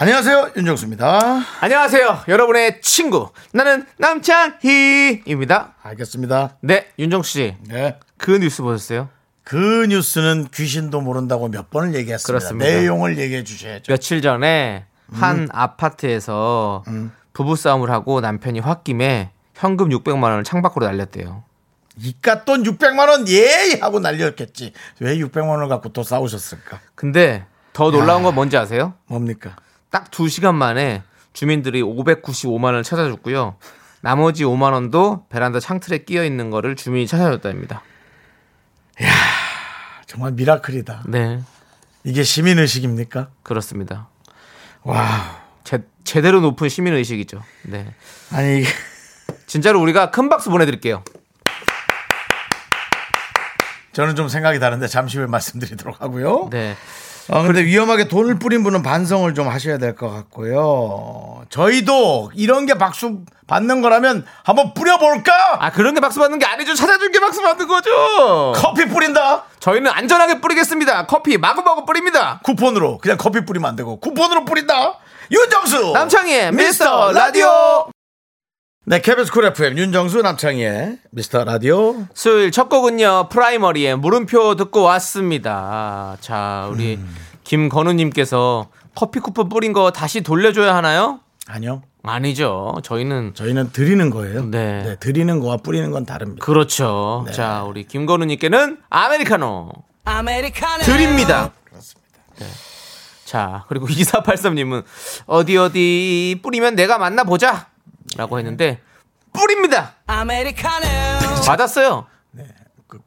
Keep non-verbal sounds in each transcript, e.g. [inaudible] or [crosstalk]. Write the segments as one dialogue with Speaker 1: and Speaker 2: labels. Speaker 1: 안녕하세요 윤정수입니다.
Speaker 2: 안녕하세요. 여러분의 친구. 나는 남창희입니다.
Speaker 1: 알겠습니다.
Speaker 2: 네, 윤정수 씨.
Speaker 1: 네.
Speaker 2: 그 뉴스 보셨어요?
Speaker 1: 그 뉴스는 귀신도 모른다고 몇 번을 얘기했습니다.
Speaker 2: 그렇습니다.
Speaker 1: 내용을 얘기해 주셔야죠.
Speaker 2: 며칠 전에 한 아파트에서 부부싸움을 하고 남편이 홧김에 현금 600만 원을 창밖으로 날렸대요.
Speaker 1: 이깟 돈 600만 원 예이 하고 날렸겠지. 왜 600만 원을 갖고 또 싸우셨을까?
Speaker 2: 근데 더 놀라운 건 뭔지 아세요?
Speaker 1: 뭡니까?
Speaker 2: 딱 2시간 만에 주민들이 595만 원을 찾아줬고요. 나머지 5만 원도 베란다 창틀에 끼어 있는 거를 주민이 찾아줬답니다.
Speaker 1: 정말 미라클이다.
Speaker 2: 네,
Speaker 1: 이게 시민 의식입니까?
Speaker 2: 그렇습니다.
Speaker 1: 와.
Speaker 2: 제, 제대로 높은 시민 의식이죠. 네.
Speaker 1: 아니 이게
Speaker 2: 진짜로 우리가 큰 박수 보내드릴게요.
Speaker 1: 저는 좀 생각이 다른데 잠시 후에 말씀드리도록 하고요.
Speaker 2: 네.
Speaker 1: 아, 근데 위험하게 돈을 뿌린 분은 반성을 좀 하셔야 될 것 같고요. 저희도 이런 게 박수 받는 거라면 한번 뿌려볼까?
Speaker 2: 아 그런 게 박수 받는 게 아니죠. 찾아준 게 박수 받는 거죠.
Speaker 1: 커피 뿌린다?
Speaker 2: 저희는 안전하게 뿌리겠습니다. 커피 마구마구 뿌립니다.
Speaker 1: 쿠폰으로. 그냥 커피 뿌리면 안 되고. 쿠폰으로 뿌린다? 윤정수!
Speaker 2: 남창희의 미스터 라디오.
Speaker 1: 네, KBS 쿨 FM 윤정수 남창희의 미스터 라디오.
Speaker 2: 수요일 첫 곡은요. 프라이머리의 물음표 듣고 왔습니다. 아, 자 우리 김건우님께서 커피 쿠폰 뿌린 거 다시 돌려줘야 하나요?
Speaker 1: 아니요.
Speaker 2: 아니죠. 저희는
Speaker 1: 저희는 드리는 거예요.
Speaker 2: 네.
Speaker 1: 드리는 거와 뿌리는 건 다릅니다.
Speaker 2: 그렇죠. 자 우리 김건우님께는 아메리카노
Speaker 3: 아메리카노
Speaker 2: 드립니다. 자, 그리고 [laughs] 2483님은 어디 어디 뿌리면 내가 만나보자 라고 했는데 뿌립니다.
Speaker 3: 네. 아메리카노
Speaker 2: [laughs] 받았어요.
Speaker 1: 그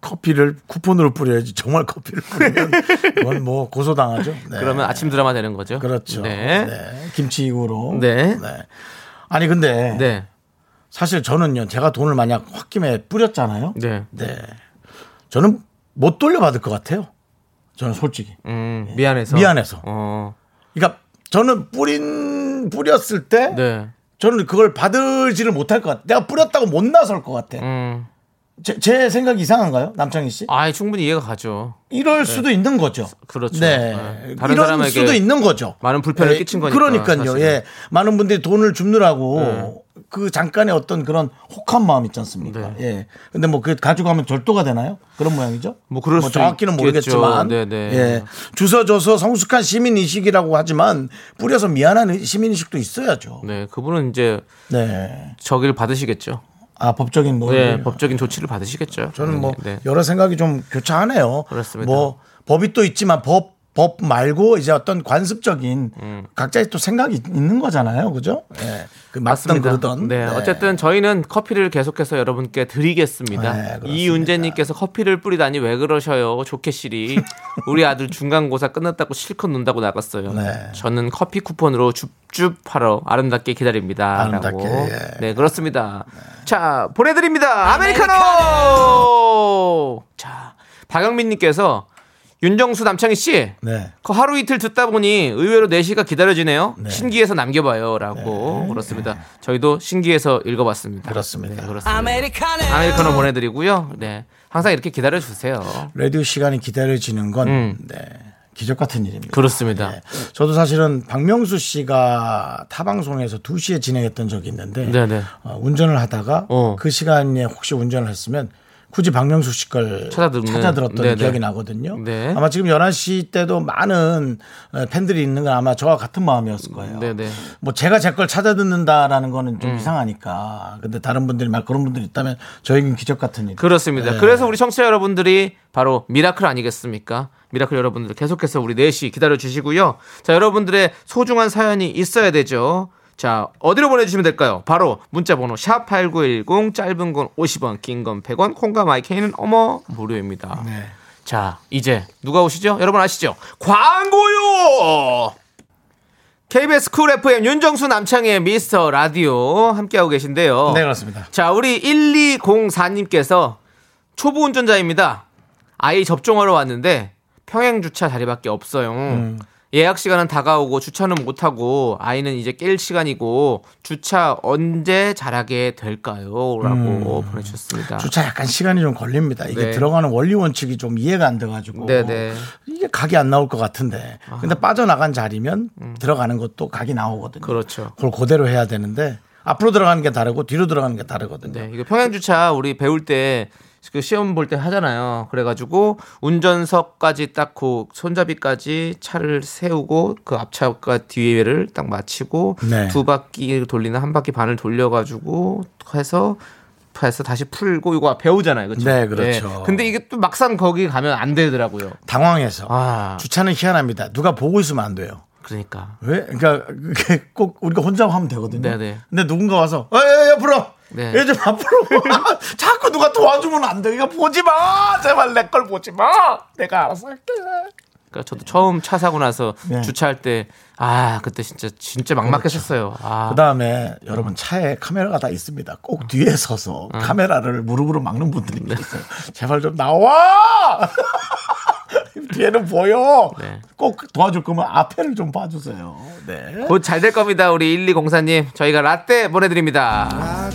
Speaker 1: 커피를 쿠폰으로 뿌려야지 정말 커피를 뿌리면 그건 뭐 고소당하죠. 네.
Speaker 2: 그러면 아침 드라마 되는 거죠.
Speaker 1: 그렇죠. 네.
Speaker 2: 네.
Speaker 1: 김치이구로.
Speaker 2: 네.
Speaker 1: 아니 근데
Speaker 2: 네.
Speaker 1: 사실 저는요. 제가 돈을 만약 홧김에 뿌렸잖아요.
Speaker 2: 네.
Speaker 1: 네. 저는 못 돌려받을 것 같아요. 저는 솔직히.
Speaker 2: 음, 미안해서.
Speaker 1: 미안해서.
Speaker 2: 어.
Speaker 1: 그러니까 저는 뿌린 뿌렸을 때
Speaker 2: 네.
Speaker 1: 저는 그걸 받을지를 못할 것 같아. 내가 뿌렸다고 못 나설 것 같아.
Speaker 2: 음.
Speaker 1: 제, 제 생각이 이상한가요, 남창희 씨?
Speaker 2: 아, 충분히 이해가 가죠.
Speaker 1: 이럴 수도 있는 거죠.
Speaker 2: 네. 그렇죠.
Speaker 1: 네.
Speaker 2: 네. 다른
Speaker 1: 이런
Speaker 2: 사람에게
Speaker 1: 수도 있는 거죠. 예,
Speaker 2: 많은 불편을 끼친 거니까,
Speaker 1: 그러니까요.
Speaker 2: 사실은. 네.
Speaker 1: 예. 많은 분들이 돈을 줍느라고 그 잠깐의 어떤 그런 혹한 마음 있지 않습니까? 예. 근데 뭐 그 가져가면 절도가 되나요? 그런 모양이죠?
Speaker 2: 뭐 그럴 수도
Speaker 1: 정확히는
Speaker 2: 있겠죠.
Speaker 1: 모르겠지만.
Speaker 2: 네, 네.
Speaker 1: 예. 주서져서 성숙한 시민의식이라고 하지만 뿌려서 미안한 시민의식도 있어야죠.
Speaker 2: 네. 그분은 이제
Speaker 1: 네.
Speaker 2: 저기를 받으시겠죠.
Speaker 1: 아, 법적인 뭐.
Speaker 2: 네. 법적인 조치를 받으시겠죠.
Speaker 1: 저는 뭐
Speaker 2: 네.
Speaker 1: 여러 생각이 좀 교차하네요.
Speaker 2: 그렇습니다.
Speaker 1: 뭐 법이 또 있지만 법, 법 말고 이제 어떤 관습적인
Speaker 2: 음.
Speaker 1: 각자의 또 생각이 있는 거잖아요. 그죠? 예. 그 맞든
Speaker 2: 맞습니다.
Speaker 1: 그러든.
Speaker 2: 네, 어쨌든 저희는 커피를 계속해서 여러분께 드리겠습니다.
Speaker 1: 네, 그렇습니다.
Speaker 2: 이윤재님께서 커피를 뿌리다니 왜 그러셔요?
Speaker 1: [laughs]
Speaker 2: 조캐실이 우리 아들 중간고사 끝났다고 실컷 논다고 나갔어요.
Speaker 1: 네.
Speaker 2: 저는 커피 쿠폰으로 줍줍 하러 아름답게 기다립니다.
Speaker 1: 아름답게,
Speaker 2: 라고.
Speaker 1: 예.
Speaker 2: 네, 그렇습니다. 자, 보내드립니다. 아메리카노! 자, 박영민님께서 윤정수 남창희 씨.
Speaker 1: 네.
Speaker 2: 그 하루 이틀 듣다 보니 의외로 4시가 기다려지네요. 신기해서 남겨봐요라고 그렇습니다. 저희도 신기해서 읽어봤습니다.
Speaker 1: 그렇습니다.
Speaker 2: 네, 그렇습니다.
Speaker 3: 아메리카노
Speaker 2: 아메리카노 보내드리고요. 네, 항상 이렇게 기다려 주세요.
Speaker 1: 라디오 시간이 기다려지는 건
Speaker 2: 음.
Speaker 1: 네. 기적 같은 일입니다.
Speaker 2: 그렇습니다.
Speaker 1: 네. 저도 사실은 박명수 씨가 타 방송에서 2시에 진행했던 적이 있는데
Speaker 2: 네네.
Speaker 1: 어, 운전을 하다가
Speaker 2: 어.
Speaker 1: 그 시간에 혹시 운전을 했으면 굳이 박명수 씨 걸
Speaker 2: 찾아듣는.
Speaker 1: 찾아들었던
Speaker 2: 네네.
Speaker 1: 기억이 나거든요.
Speaker 2: 네.
Speaker 1: 아마 지금 11시 때도 많은 어, 팬들이 있는 건 아마 저와 같은 마음이었을 거예요.
Speaker 2: 네네. 음.
Speaker 1: 뭐 제가 제 걸 찾아듣는다라는 거는 좀 이상하니까. 근데 다른 분들이 막 그런 분들이 있다면 저에겐 기적 같은 일.
Speaker 2: 그렇습니다. 그래서 우리 청취자 여러분들이 바로 미라클 아니겠습니까? 미라클 여러분들 계속해서 우리 4시 기다려 주시고요. 자, 여러분들의 소중한 사연이 있어야 되죠. 자, 어디로 보내주시면 될까요? 바로 문자번호 샵8910 짧은 건 50원, 긴 건 100원, 콩과 마이케이는 어머 무료입니다.
Speaker 1: 네.
Speaker 2: 자, 이제 누가 오시죠? 여러분 아시죠? 광고요! KBS 쿨 FM 윤정수 남창의 미스터 라디오 함께하고 계신데요.
Speaker 1: 네, 그렇습니다.
Speaker 2: 자, 우리 1204님께서 초보 운전자입니다. 아이 접종하러 왔는데 평행 주차 자리밖에 없어요. 예약 시간은 다가오고 주차는 못하고 아이는 이제 깰 시간이고 주차 언제 잘하게 될까요? 라고 보내주셨습니다.
Speaker 1: 주차 약간 시간이 좀 걸립니다. 이게
Speaker 2: 네.
Speaker 1: 들어가는 원리 원칙이 좀 이해가 안 돼가지고
Speaker 2: 네네.
Speaker 1: 이게 각이 안 나올 것 같은데 근데 빠져나간 자리면 들어가는 것도 각이 나오거든요.
Speaker 2: 음. 그렇죠.
Speaker 1: 그걸 그대로 해야 되는데 앞으로 들어가는 게 다르고 뒤로 들어가는 게 다르거든요.
Speaker 2: 네, 이거 평행주차 우리 배울 때 그 시험 볼 때 하잖아요. 그래가지고 운전석까지 딱고 손잡이까지 차를 세우고 그 앞차가 뒤에를 딱 맞추고
Speaker 1: 네.
Speaker 2: 두 바퀴 돌리는 한 바퀴 반을 돌려가지고 해서 해서 다시 풀고 이거 배우잖아요. 그렇죠?
Speaker 1: 네, 그렇죠.
Speaker 2: 근데 이게 또 막상 거기 가면 안 되더라고요.
Speaker 1: 당황해서
Speaker 2: 아,
Speaker 1: 주차는 희한합니다. 누가 보고 있으면 안 돼요.
Speaker 2: 그러니까
Speaker 1: 왜? 그러니까 그게 꼭 우리가 혼자 하면 되거든요.
Speaker 2: 네네.
Speaker 1: 근데 누군가 와서 "아, 에이 앞으로
Speaker 2: 네.
Speaker 1: 얘 좀 앞으로 [laughs] 자꾸 누가 도와주면 안 돼. 이거 보지 마. 제발 내 걸 보지 마. 내가 알아서 할게.
Speaker 2: 그러니까 저도 처음 차 사고 나서
Speaker 1: 네.
Speaker 2: 주차할 때 아 그때 진짜 진짜 막막했었어요. 아,
Speaker 1: 그다음에 여러분 차에 카메라가 다 있습니다. 꼭 뒤에 서서
Speaker 2: 음.
Speaker 1: 카메라를 무릎으로 막는 분들이
Speaker 2: 네.
Speaker 1: 있어요. 제발 좀 나와. [laughs] 뒤에는 보여.
Speaker 2: 네.
Speaker 1: 꼭 도와줄 거면 앞에를 좀 봐주세요. 네.
Speaker 2: 곧 잘 될 겁니다 우리 1204님 저희가 라떼 보내드립니다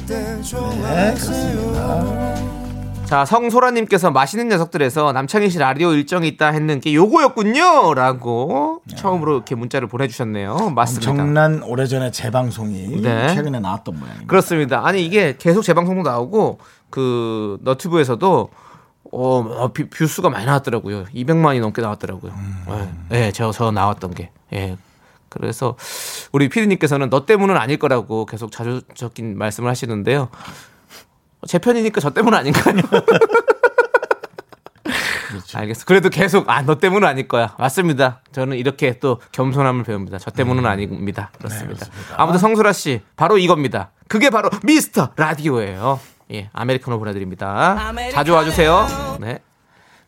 Speaker 1: 네, 그렇습니다.
Speaker 2: 자 성소라님께서 맛있는 녀석들에서 남창희 씨 라디오 일정이 있다 했는 게 요거였군요 라고 처음으로 이렇게 문자를 보내주셨네요 맞습니다
Speaker 1: 정난 오래전에 재방송이
Speaker 2: 네.
Speaker 1: 최근에 나왔던 모양입니다.
Speaker 2: 그렇습니다 아니 이게 계속 재방송도 나오고 그 너튜브에서도 어, 어, 뷰, 뷰수가 많이 나왔더라고요 200만이 넘게 나왔더라고요 네, 저, 저 나왔던 게 예. 그래서 우리 피디님께서는 너 때문은 아닐 거라고 계속 자주 적인 말씀을 하시는데요 제 편이니까 저 때문 아닌가요? 그렇죠. 알겠어. 그래도 계속 아 너 때문은 아닐 거야. 맞습니다. 저는 이렇게 또 겸손함을 배웁니다. 저 때문은 아닙니다. 음. 네, 그렇습니다. 아무튼 성수라 씨 바로 이겁니다. 그게 바로 미스터 라디오예요. 예, 아메리카노 보내드립니다. 자주 와주세요. 네.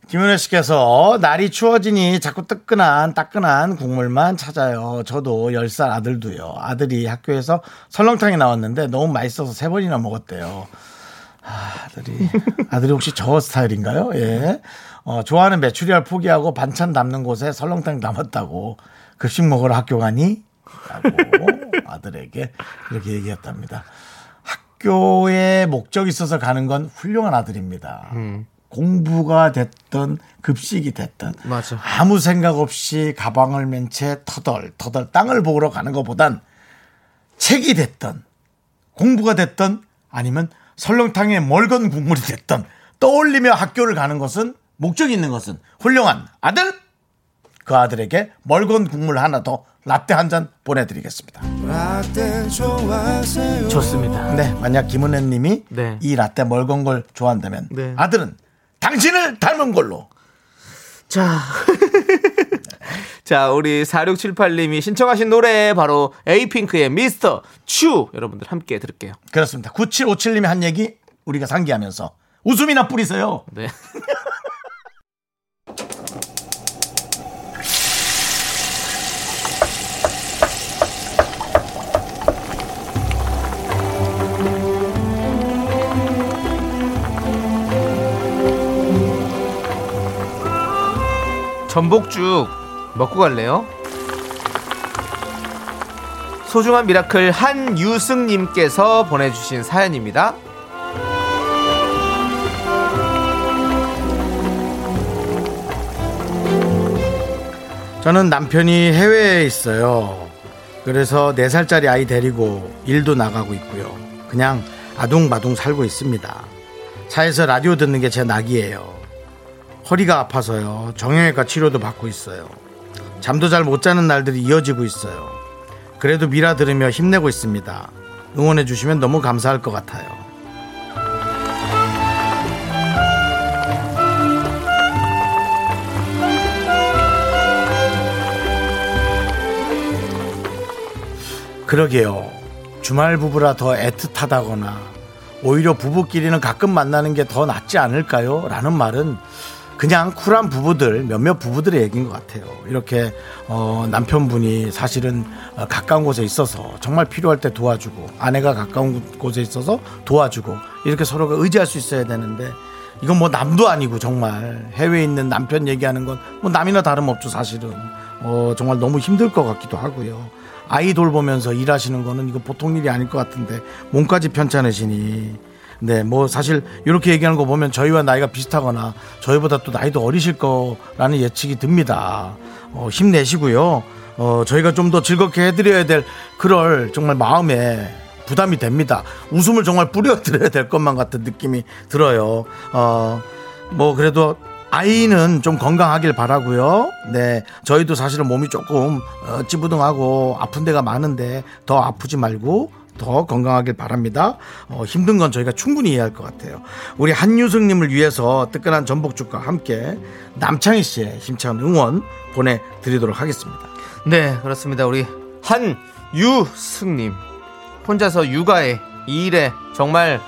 Speaker 1: 김윤혜 씨께서 날이 추워지니 자꾸 뜨끈한 따끈한 국물만 찾아요. 저도 10살 아들도요. 아들이 학교에서 설렁탕이 나왔는데 너무 맛있어서 세 번이나 먹었대요. 아, 아들이 아들이 혹시 저 스타일인가요? 예. 어, 좋아하는 메추리알 포기하고 반찬 담는 곳에 설렁탕 담았다고 급식 먹으러 학교 가니?
Speaker 2: [laughs]
Speaker 1: 라고 아들에게 이렇게 얘기했답니다. 학교에 목적이 있어서 가는 건 훌륭한 아들입니다.
Speaker 2: 음.
Speaker 1: 공부가 됐든 급식이 됐든
Speaker 2: 맞아.
Speaker 1: 무 생각 없이 가방을 맨 채 터덜터덜 땅을 보러 가는 것보단 책이 됐든 공부가 됐든 아니면 설렁탕에 멀건 국물이 됐든 떠올리며 학교를 가는 것은 목적이 있는 것은 훌륭한 아들 그 아들에게 멀건 국물 하나 더 라떼 한 잔 보내드리겠습니다.
Speaker 2: 좋습니다.
Speaker 1: 네, 만약 김은혜님이
Speaker 2: 네.
Speaker 1: 이 라떼 멀건 걸 좋아한다면
Speaker 2: 네.
Speaker 1: 아들은 당신을 닮은 걸로
Speaker 2: 자. [laughs] 자, 우리 4678님이 신청하신 노래 바로 에이핑크의 미스터 추 여러분들 함께 들을게요.
Speaker 1: 그렇습니다. 9757님이 한 얘기 우리가 상기하면서 웃음이나 뿌리세요.
Speaker 2: 네. 전복죽 먹고 갈래요? 소중한 미라클 한유승님께서 보내주신 사연입니다.
Speaker 1: 저는 남편이 해외에 있어요. 그래서 4살짜리 아이 데리고 일도 나가고 있고요. 그냥 아둥바둥 살고 있습니다. 차에서 라디오 듣는 게 제 낙이에요. 허리가 아파서요. 정형외과 치료도 받고 있어요. 잠도 잘 못 자는 날들이 이어지고 있어요. 그래도 미라 들으며 힘내고 있습니다. 응원해 주시면 너무 감사할 것 같아요. 그러게요. 주말 부부라 더 애틋하다거나 오히려 부부끼리는 가끔 만나는 게 더 낫지 않을까요? 라는 말은 그냥 쿨한 부부들 몇몇 부부들의 얘기인 것 같아요. 이렇게 어, 남편분이 사실은 어, 가까운 곳에 있어서 정말 필요할 때 도와주고 아내가 가까운 곳- 곳에 있어서 도와주고 이렇게 서로가 의지할 수 있어야 되는데 이건 뭐 남도 아니고 정말 해외에 있는 남편 얘기하는 건 뭐 남이나 다름없죠 사실은 어, 정말 너무 힘들 것 같기도 하고요. 아이 돌보면서 일하시는 거는 이거 보통 일이 아닐 것 같은데 몸까지 편찮으시니 네, 뭐 사실 이렇게 얘기하는 거 보면 저희와 나이가 비슷하거나 저희보다 또 나이도 어리실 거라는 예측이 듭니다. 어, 힘내시고요. 어, 저희가 좀 더 즐겁게 해드려야 될 그럴 정말 마음에 부담이 됩니다. 웃음을 정말 뿌려드려야 될 것만 같은 느낌이 들어요. 어, 뭐 그래도 아이는 좀 건강하길 바라고요. 네, 저희도 사실은 몸이 조금 어, 찌부둥하고 아픈 데가 많은데 더 아프지 말고 더 건강하길 바랍니다. 어, 힘든 건 저희가 충분히 이해할 것 같아요. 우리 한유승님을 위해서 뜨끈한 전복죽과 함께 남창희 씨의 힘찬 응원 보내드리도록 하겠습니다.
Speaker 2: 네, 그렇습니다. 우리 한유승님 혼자서 육아에 이 일에 정말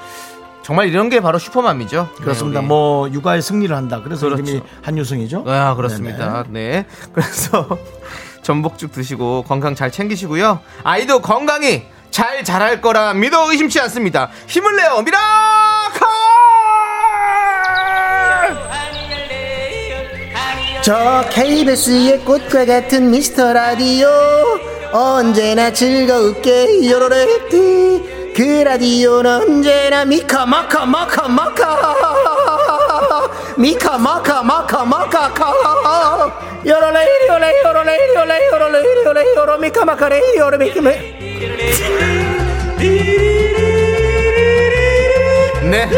Speaker 2: 정말 이런 게 바로 슈퍼맘이죠.
Speaker 1: 그렇습니다.
Speaker 2: 네, 우리.
Speaker 1: 뭐 육아에 승리를 한다. 그래서
Speaker 2: 그렇죠.
Speaker 1: 이름이 한유승이죠.
Speaker 2: 아, 그렇습니다. 네. 그래서 [laughs] 전복죽 드시고 건강 잘 챙기시고요. 아이도 건강히 잘 자랄 거라 믿어 의심치 않습니다. 힘을 내요, 미라카!
Speaker 4: 저 KBS의 꽃과 같은 미스터 라디오 언제나 즐거울게 요로레띠 그 라디오는 언제나 미카마카 마카 마카 미카마카 마카 마카카 요로레 요로레 요로레 요로레 요로레 요로레 요로 미카마카레 요로 미카마
Speaker 2: 네.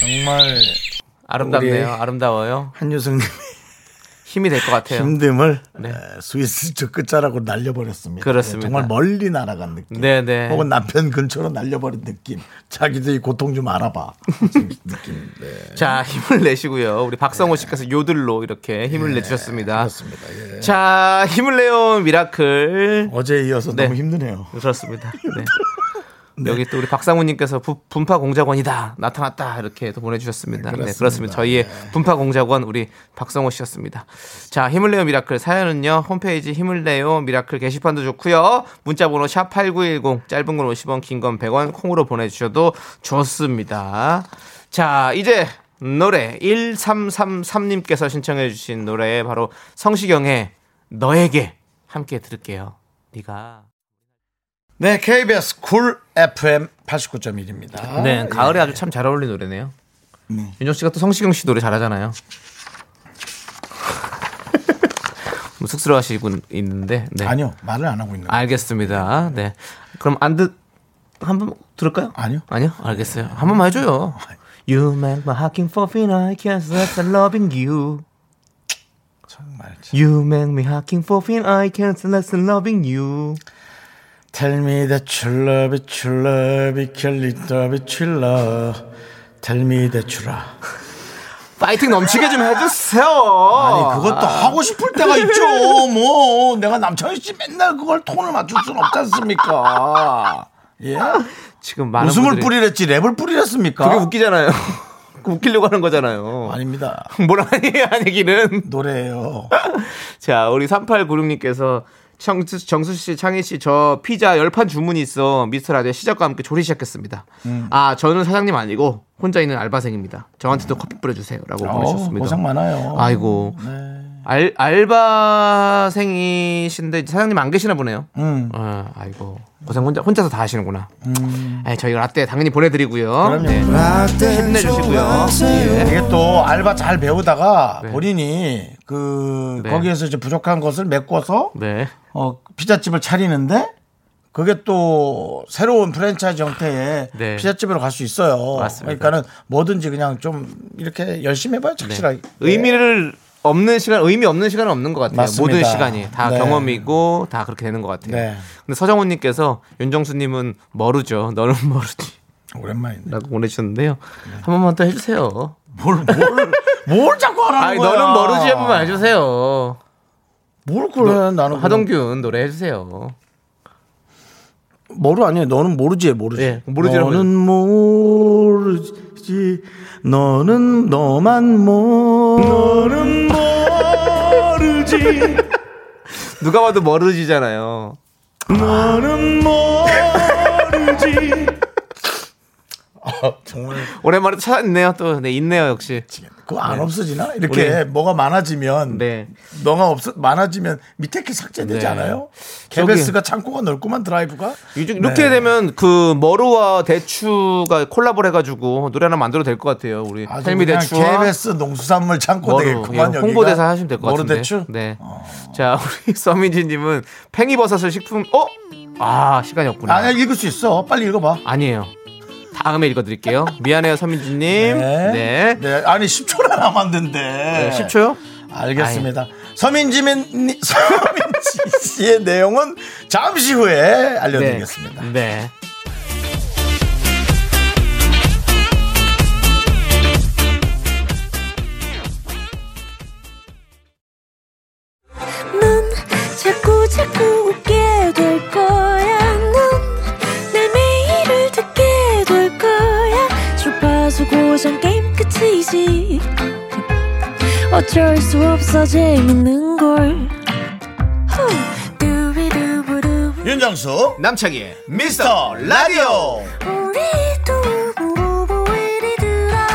Speaker 1: 정말
Speaker 2: 아름답네요.
Speaker 1: 우리-
Speaker 2: 아름다워요.
Speaker 1: 한유승님의
Speaker 2: 힘이 될 것 같아요.
Speaker 1: 힘듦을
Speaker 2: 네.
Speaker 1: 에, 스위스 저 끝자락으로 날려버렸습니다.
Speaker 2: 그렇습니다.
Speaker 1: 네, 정말 멀리 날아간 느낌.
Speaker 2: 네네.
Speaker 1: 혹은 남편 근처로 날려버린 느낌. 자기도 이 고통 좀 알아봐. [laughs] 느낌. 네.
Speaker 2: 자, 힘을 내시고요. 우리 박성호 씨께서 요들로 이렇게 힘을
Speaker 1: 네,
Speaker 2: 내주셨습니다.
Speaker 1: 그렇습니다. 예.
Speaker 2: 자, 힘을 내요, 미라클.
Speaker 1: 어제에 이어서
Speaker 2: 네.
Speaker 1: 너무 힘드네요.
Speaker 2: 그렇습니다. [laughs] 네. 여기 또 우리 박상우님께서 부- 분파 공작원이다 나타났다 이렇게 또 보내주셨습니다. 네,
Speaker 1: 네,
Speaker 2: 그렇습니다.
Speaker 1: 그렇습니다.
Speaker 2: 저희의 분파 공작원 우리 박성호 씨였습니다. 자 힘을 내요 미라클 사연은요 홈페이지 힘을 내요 미라클 게시판도 좋고요 문자번호 샵 #8910 짧은 건 50원, 긴 건 100원 콩으로 보내주셔도 좋습니다. 자 이제 노래 1333님께서 신청해주신 노래 바로 성시경의 너에게 함께 들을게요. 네가
Speaker 1: 네, KBS 쿨 FM 89.1입니다.
Speaker 2: 네, 가을에 아주 참 잘 어울리는 노래네요.
Speaker 1: 어, 예. 네.
Speaker 2: 윤정 씨가 또 성시경 씨 노래
Speaker 1: [laughs]
Speaker 2: 잘하잖아요. 뭐 쑥스러워하시고 있는데. 네.
Speaker 1: 아니요, 말을 안 하고 있는 거.
Speaker 2: 알겠습니다. 네. 그럼 안 듣, 한번 들을까요?
Speaker 1: 아니요.
Speaker 2: 아니요? 알겠어요. 한 번만 해줘요. You make my heart king for feel I can't stop loving you.
Speaker 1: 정말. 참.
Speaker 2: You make me heart king for feel I can't stop loving you.
Speaker 1: Tell me that you love it, you love it, you little bit you love. Tell me that you love.
Speaker 2: 파이팅 넘치게 좀 해주세요.
Speaker 1: 아니 그것도 하고 싶을 때가 있죠. 뭐 내가 남창희 씨 맨날 그걸 톤을 맞출 수는 없지 않습니까? 예?
Speaker 2: 지금 많은
Speaker 1: 웃음을
Speaker 2: 분들이-
Speaker 1: 뿌리랬지 랩을 뿌리랬습니까?
Speaker 2: 그게 웃기잖아요. [laughs] 그 웃기려고 하는 거잖아요.
Speaker 1: 아닙니다.
Speaker 2: 뭐라 [laughs] 아니에요, 아니기는.
Speaker 1: 노래예요.
Speaker 2: 자, 우리 3896님께서 정수, 정수 씨, 창희 씨, 저 피자 열판 주문이 있어 미스터 라디오 시작과 함께 조리 시작했습니다.
Speaker 1: 음.
Speaker 2: 아, 저는 사장님 아니고 혼자 있는 알바생입니다. 저한테도 커피 뿌려주세요라고
Speaker 1: 어,
Speaker 2: 보내셨습니다.
Speaker 1: 고생 많아요.
Speaker 2: 아이고.
Speaker 1: 네.
Speaker 2: 알, 알바생이신데 이제 사장님 안 계시나 보네요.
Speaker 1: 음.
Speaker 2: 아, 아이고 고생 혼자 혼자서 다 하시는구나. 아이, 저희가 라떼 당연히 보내드리고요.
Speaker 1: 음. 그럼요.
Speaker 2: 네. 힘내주시고요. 예.
Speaker 1: 이게 또 알바 잘 배우다가
Speaker 2: 네.
Speaker 1: 본인이 그
Speaker 2: 네.
Speaker 1: 거기에서 이제 부족한 것을 메꿔서
Speaker 2: 네.
Speaker 1: 어, 피자집을 차리는데 그게 또 새로운 프랜차이즈 형태의
Speaker 2: 네.
Speaker 1: 피자집으로 갈 수 있어요.
Speaker 2: 맞습니다.
Speaker 1: 그러니까는 뭐든지 그냥 좀 이렇게 열심히 해봐요, 착실하게.
Speaker 2: 네. 의미를 없는 시간, 의미 없는 시간은 없는 것 같아요.
Speaker 1: 맞습니다.
Speaker 2: 모든 시간이 다
Speaker 1: 네.
Speaker 2: 경험이고 다 그렇게 되는 것 같아요.
Speaker 1: 네.
Speaker 2: 근데 서정훈님께서 윤정수님은 머루죠. 너는 머루지라고
Speaker 1: 오랜만이네.
Speaker 2: 보내주셨는데요. 한 번만 더 해주세요.
Speaker 1: 뭘, 뭘, 뭘 자꾸 하라는
Speaker 2: 아니
Speaker 1: 거야.
Speaker 2: 너는 머루지 한 번만 해주세요.
Speaker 1: 뭘 그래, 나는.
Speaker 2: 하동균 노래 해주세요.
Speaker 1: 그냥 모르 아니에요. 너는 모르지, 모르지.
Speaker 2: 예, 모르지라고
Speaker 1: 너는 모르지. 너는 너만 모. 너는 모르지.
Speaker 2: 누가 봐도 머르지잖아요.
Speaker 1: 너는
Speaker 2: [laughs]
Speaker 1: 모르지. 어, 정말
Speaker 2: 오랜만에 찾았네요. 또 네, 있네요 역시.
Speaker 1: 그거 안 없어지나? 이렇게 뭐가 많아지면
Speaker 2: 네.
Speaker 1: 너가 없어 많아지면 밑에 게 삭제되지
Speaker 2: 네.
Speaker 1: 않아요?
Speaker 2: 저기-
Speaker 1: KBS가 창고가 넓구만 드라이브가.
Speaker 2: 요즘
Speaker 1: 네.
Speaker 2: 이렇게 되면 그 머루와 대추가 콜라보를 해가지고 노래 하나 만들어도 될 것 같아요. 우리
Speaker 1: 아주
Speaker 2: 텔미
Speaker 1: 그냥
Speaker 2: 대추와
Speaker 1: KBS 농수산물 창고
Speaker 2: 머루
Speaker 1: 되겠구만
Speaker 2: 예,
Speaker 1: 여기가.
Speaker 2: 홍보대사 하시면 될 것
Speaker 1: 머루
Speaker 2: 같은데.
Speaker 1: 대추? 어.
Speaker 2: 네. 자 우리 [laughs] 서민지님은 팽이버섯을 식품. 어? 아 시간이 없구나.
Speaker 1: 아, 읽을 수 있어. 빨리 읽어봐.
Speaker 2: 아니에요. 다음에 읽어드릴게요. 미안해요 서민지님. 네.
Speaker 1: 네. 아니 10초나 남았는데.
Speaker 2: 네, 10초요?
Speaker 1: 알겠습니다. 서민지민 니- [laughs] 서민지 씨의 내용은 잠시 후에 알려드리겠습니다.
Speaker 2: 네.
Speaker 5: 넌 자꾸 자꾸 웃게 될 거야. 넌내 매일을 듣게 될 거야. 주파수 고정 게임 끝이지. 어쩔 수 없어 재밌는 걸. 후. 두비두부두부.
Speaker 1: 윤정수
Speaker 2: 남창희.
Speaker 1: 미스터 라디오
Speaker 5: 우리 두부부부 우리 두라.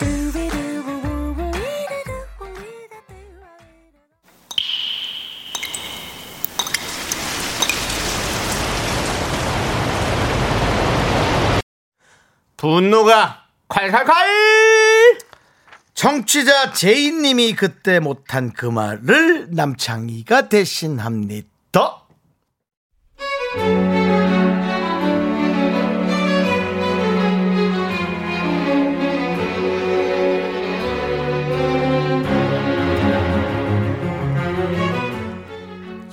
Speaker 5: 두비두부부부 우리 두부 우리 두라.
Speaker 2: 분노가 콸콸콸.
Speaker 1: 정취자 제이님이 그때 못한 그 말을 남창희가 대신합니다.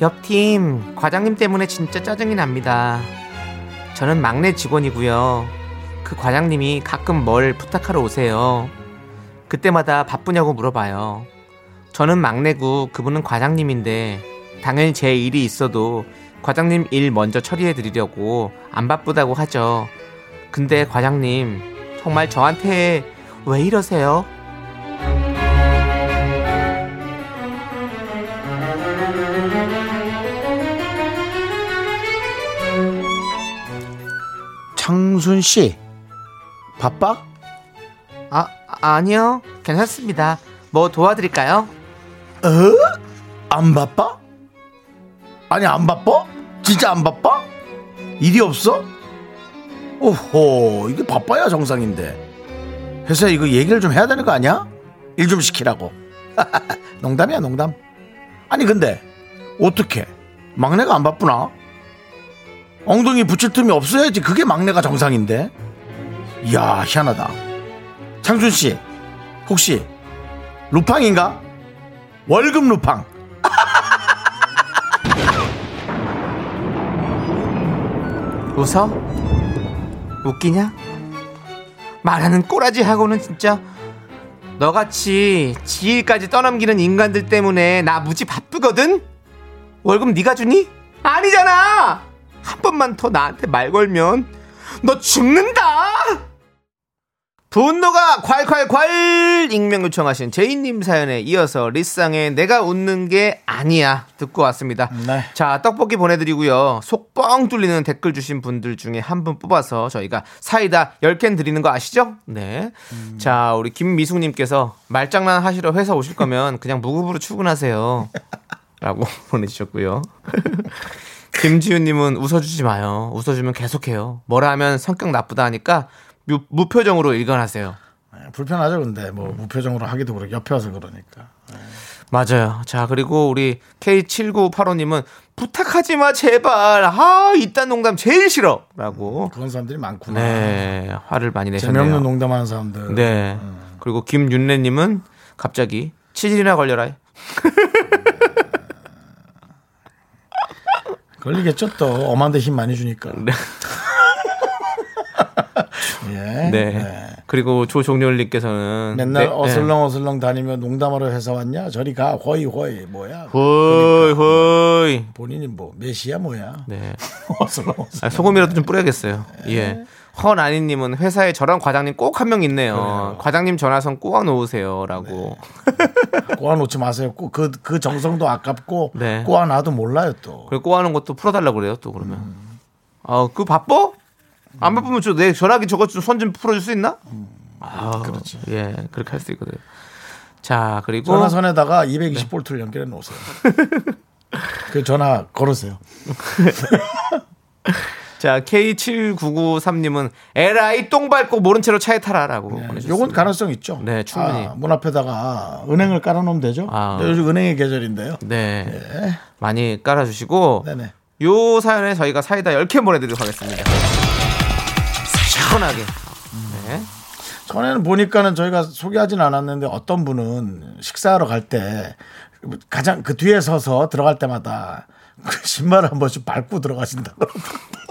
Speaker 2: 옆팀 과장님 때문에 진짜 짜증이 납니다. 저는 막내 직원이고요. 그 과장님이 가끔 뭘 부탁하러 오세요. 그때마다 바쁘냐고 물어봐요. 저는 막내고 그분은 과장님인데 당연히 제 일이 있어도 과장님 일 먼저 처리해 드리려고 안 바쁘다고 하죠. 근데 과장님 정말 저한테 왜 이러세요?
Speaker 1: 창순 씨 바빠?
Speaker 2: 아 아니요 괜찮습니다. 뭐 도와드릴까요?
Speaker 1: 어? 안 바빠? 아니 안 바빠? 진짜 안 바빠? 일이 없어? 오호 이게 바빠야 정상인데 회사에 이거 얘기를 좀 해야 되는 거 아니야? 일 좀 시키라고 [laughs] 농담이야 농담 아니 근데 어떻게 막내가 안 바쁘나? 엉덩이 붙일 틈이 없어야지 그게 막내가 정상인데 이야 희한하다 창준씨 혹시 루팡인가? 월급 루팡.
Speaker 2: 웃어? 웃기냐? 말하는 꼬라지하고는 진짜 너같이 지일까지 떠넘기는 인간들 때문에 나 무지 바쁘거든? 월급 네가 주니? 아니잖아! 한 번만 더 나한테 말 걸면 너 죽는다! 분노가 콸콸콸 익명 요청하신 제이님 사연에 이어서 리쌍의 내가 웃는 게 아니야 듣고 왔습니다.
Speaker 1: 네.
Speaker 2: 자 떡볶이 보내드리고요. 속 뻥 뚫리는 댓글 주신 분들 중에 한 분 뽑아서 저희가 사이다 10캔 드리는 거 아시죠? 네. 자 우리 김미숙님께서 말장난 하시러 회사 오실 거면 그냥 무급으로 출근하세요. 라고 [laughs] 보내주셨고요. 김지윤님은 웃어주지 마요. 웃어주면 계속해요. 뭐라 하면 성격 나쁘다 하니까 무, 무표정으로 일관하세요.
Speaker 1: 불편하죠, 근데 뭐 무표정으로 하기도 그렇고 옆에 와서 그러니까.
Speaker 2: 맞아요. 자, 그리고 우리 K7985님은 부탁하지 마, 제발. 아, 이딴 농담 제일 싫어. 라고.
Speaker 1: 그런 사람들이 많구나.
Speaker 2: 네, 화를 많이 내셨네요.
Speaker 1: 재미없는 농담하는 음. 사람들.
Speaker 2: 네. 그리고 김윤래님은 갑자기 치질이나 걸려라.
Speaker 1: 걸리겠죠 또
Speaker 2: [laughs]
Speaker 1: 엄한데 힘 많이 주니까.
Speaker 2: 네.
Speaker 1: [laughs] 예.
Speaker 2: 네. 그리고 조종렬님께서는 네.
Speaker 1: 맨날 어슬렁 어슬렁 다니며 농담하러 회사 왔냐? 저리 가. 호이 호이 뭐야?
Speaker 2: 호이 호이.
Speaker 1: 본인이 뭐 메시야 뭐야?
Speaker 2: 네.
Speaker 1: [laughs] 어슬렁 어슬렁.
Speaker 2: 아, 소금이라도 좀 뿌려야겠어요. 예. 허나니님은 회사에 저랑 과장님 꼭 한 명 있네요. 과장님 전화선 꼬아 놓으세요라고.
Speaker 1: 네. 꼬아 놓지 마세요. 꼭 그 그 정성도 아깝고
Speaker 2: 네.
Speaker 1: 꼬아 놔도 몰라요 또.
Speaker 2: 그리고 꼬아는 것도 풀어달라고 그래요. 또 그러면.
Speaker 1: 음.
Speaker 2: 아, 그 바빠? 안 바쁘면 저내 전화기 저거 좀 손 좀 풀어줄 수 있나?
Speaker 1: 음.
Speaker 2: 아, 그렇지. 예, 그렇게 할 수 있거든요. 자, 그리고 뭐?
Speaker 1: 전화선에다가 220볼트를 연결해
Speaker 2: [laughs]
Speaker 1: 놓으세요. 그 전화 걸으세요.
Speaker 2: 자 K7993님은 에라이 똥 밟고 모른 채로 차에 타라라고 보내주셨습니다.
Speaker 1: 네, 요건 가능성 있죠.
Speaker 2: 네, 충분히.
Speaker 1: 아, 문 앞에다가 은행을 깔아놓으면 되죠.
Speaker 2: 아.
Speaker 1: 요즘 은행의 계절인데요.
Speaker 2: 네. 많이 깔아주시고
Speaker 1: 네네.
Speaker 2: 요 사연에 저희가 사이다 10캔 보내드리도록 하겠습니다. 시원하게. 네.
Speaker 1: 전에는 보니까는 저희가 소개하진 않았는데 어떤 분은 식사하러 갈 때 가장 그 뒤에 서서 들어갈 때마다 그 신발을 한 번씩 밟고 들어가신다 그러더라고요. [laughs]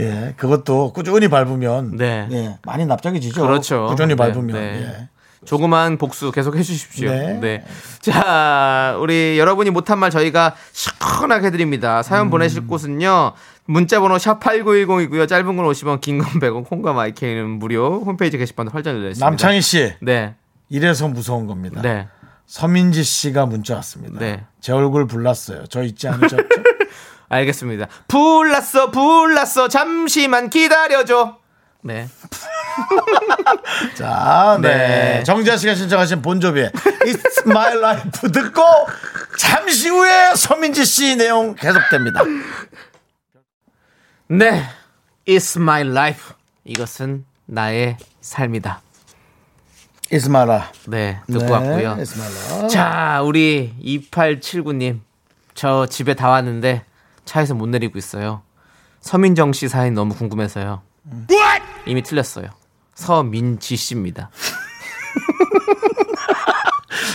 Speaker 1: 예, 그것도 꾸준히 밟으면
Speaker 2: 네.
Speaker 1: 예, 많이 납작해지죠.
Speaker 2: 그렇죠.
Speaker 1: 꾸준히
Speaker 2: 네,
Speaker 1: 밟으면
Speaker 2: 네.
Speaker 1: 예.
Speaker 2: 조그만 복수 계속 해주십시오.
Speaker 1: 네.
Speaker 2: 네. 자, 우리 여러분이 못한 말 저희가 시원하게 드립니다. 사연
Speaker 1: 음.
Speaker 2: 보내실 곳은요. 문자번호 샵8910이고요. 짧은 건 50원, 긴 건 100원, 콩과 마이케이는 무료. 홈페이지 게시판도 활짝 열려있습니다.
Speaker 1: 남창희 씨
Speaker 2: 네.
Speaker 1: 이래서 무서운 겁니다.
Speaker 2: 네.
Speaker 1: 서민지 씨가 문자 왔습니다.
Speaker 2: 네.
Speaker 1: 제 얼굴 불났어요. 저 잊지 않으셨죠?
Speaker 2: [laughs] 알겠습니다. 불났어, 불났어. 잠시만 기다려줘. 네.
Speaker 1: 자, 네.
Speaker 2: 네.
Speaker 1: 정지아 씨가 신청하신 본조비의 It's My Life 듣고 잠시 후에 서민지 씨 내용 계속됩니다.
Speaker 2: 네. It's my life. 이것은 나의 삶이다.
Speaker 1: It's My Life.
Speaker 2: 네. 듣고
Speaker 1: 네,
Speaker 2: 왔고요.
Speaker 1: It's My Life.
Speaker 2: 자, 우리 2879님. 저 집에 다 왔는데 차에서 못 내리고 있어요. 서민정 씨 사연 너무 궁금해서요. 이미 틀렸어요. 서민지 씨입니다.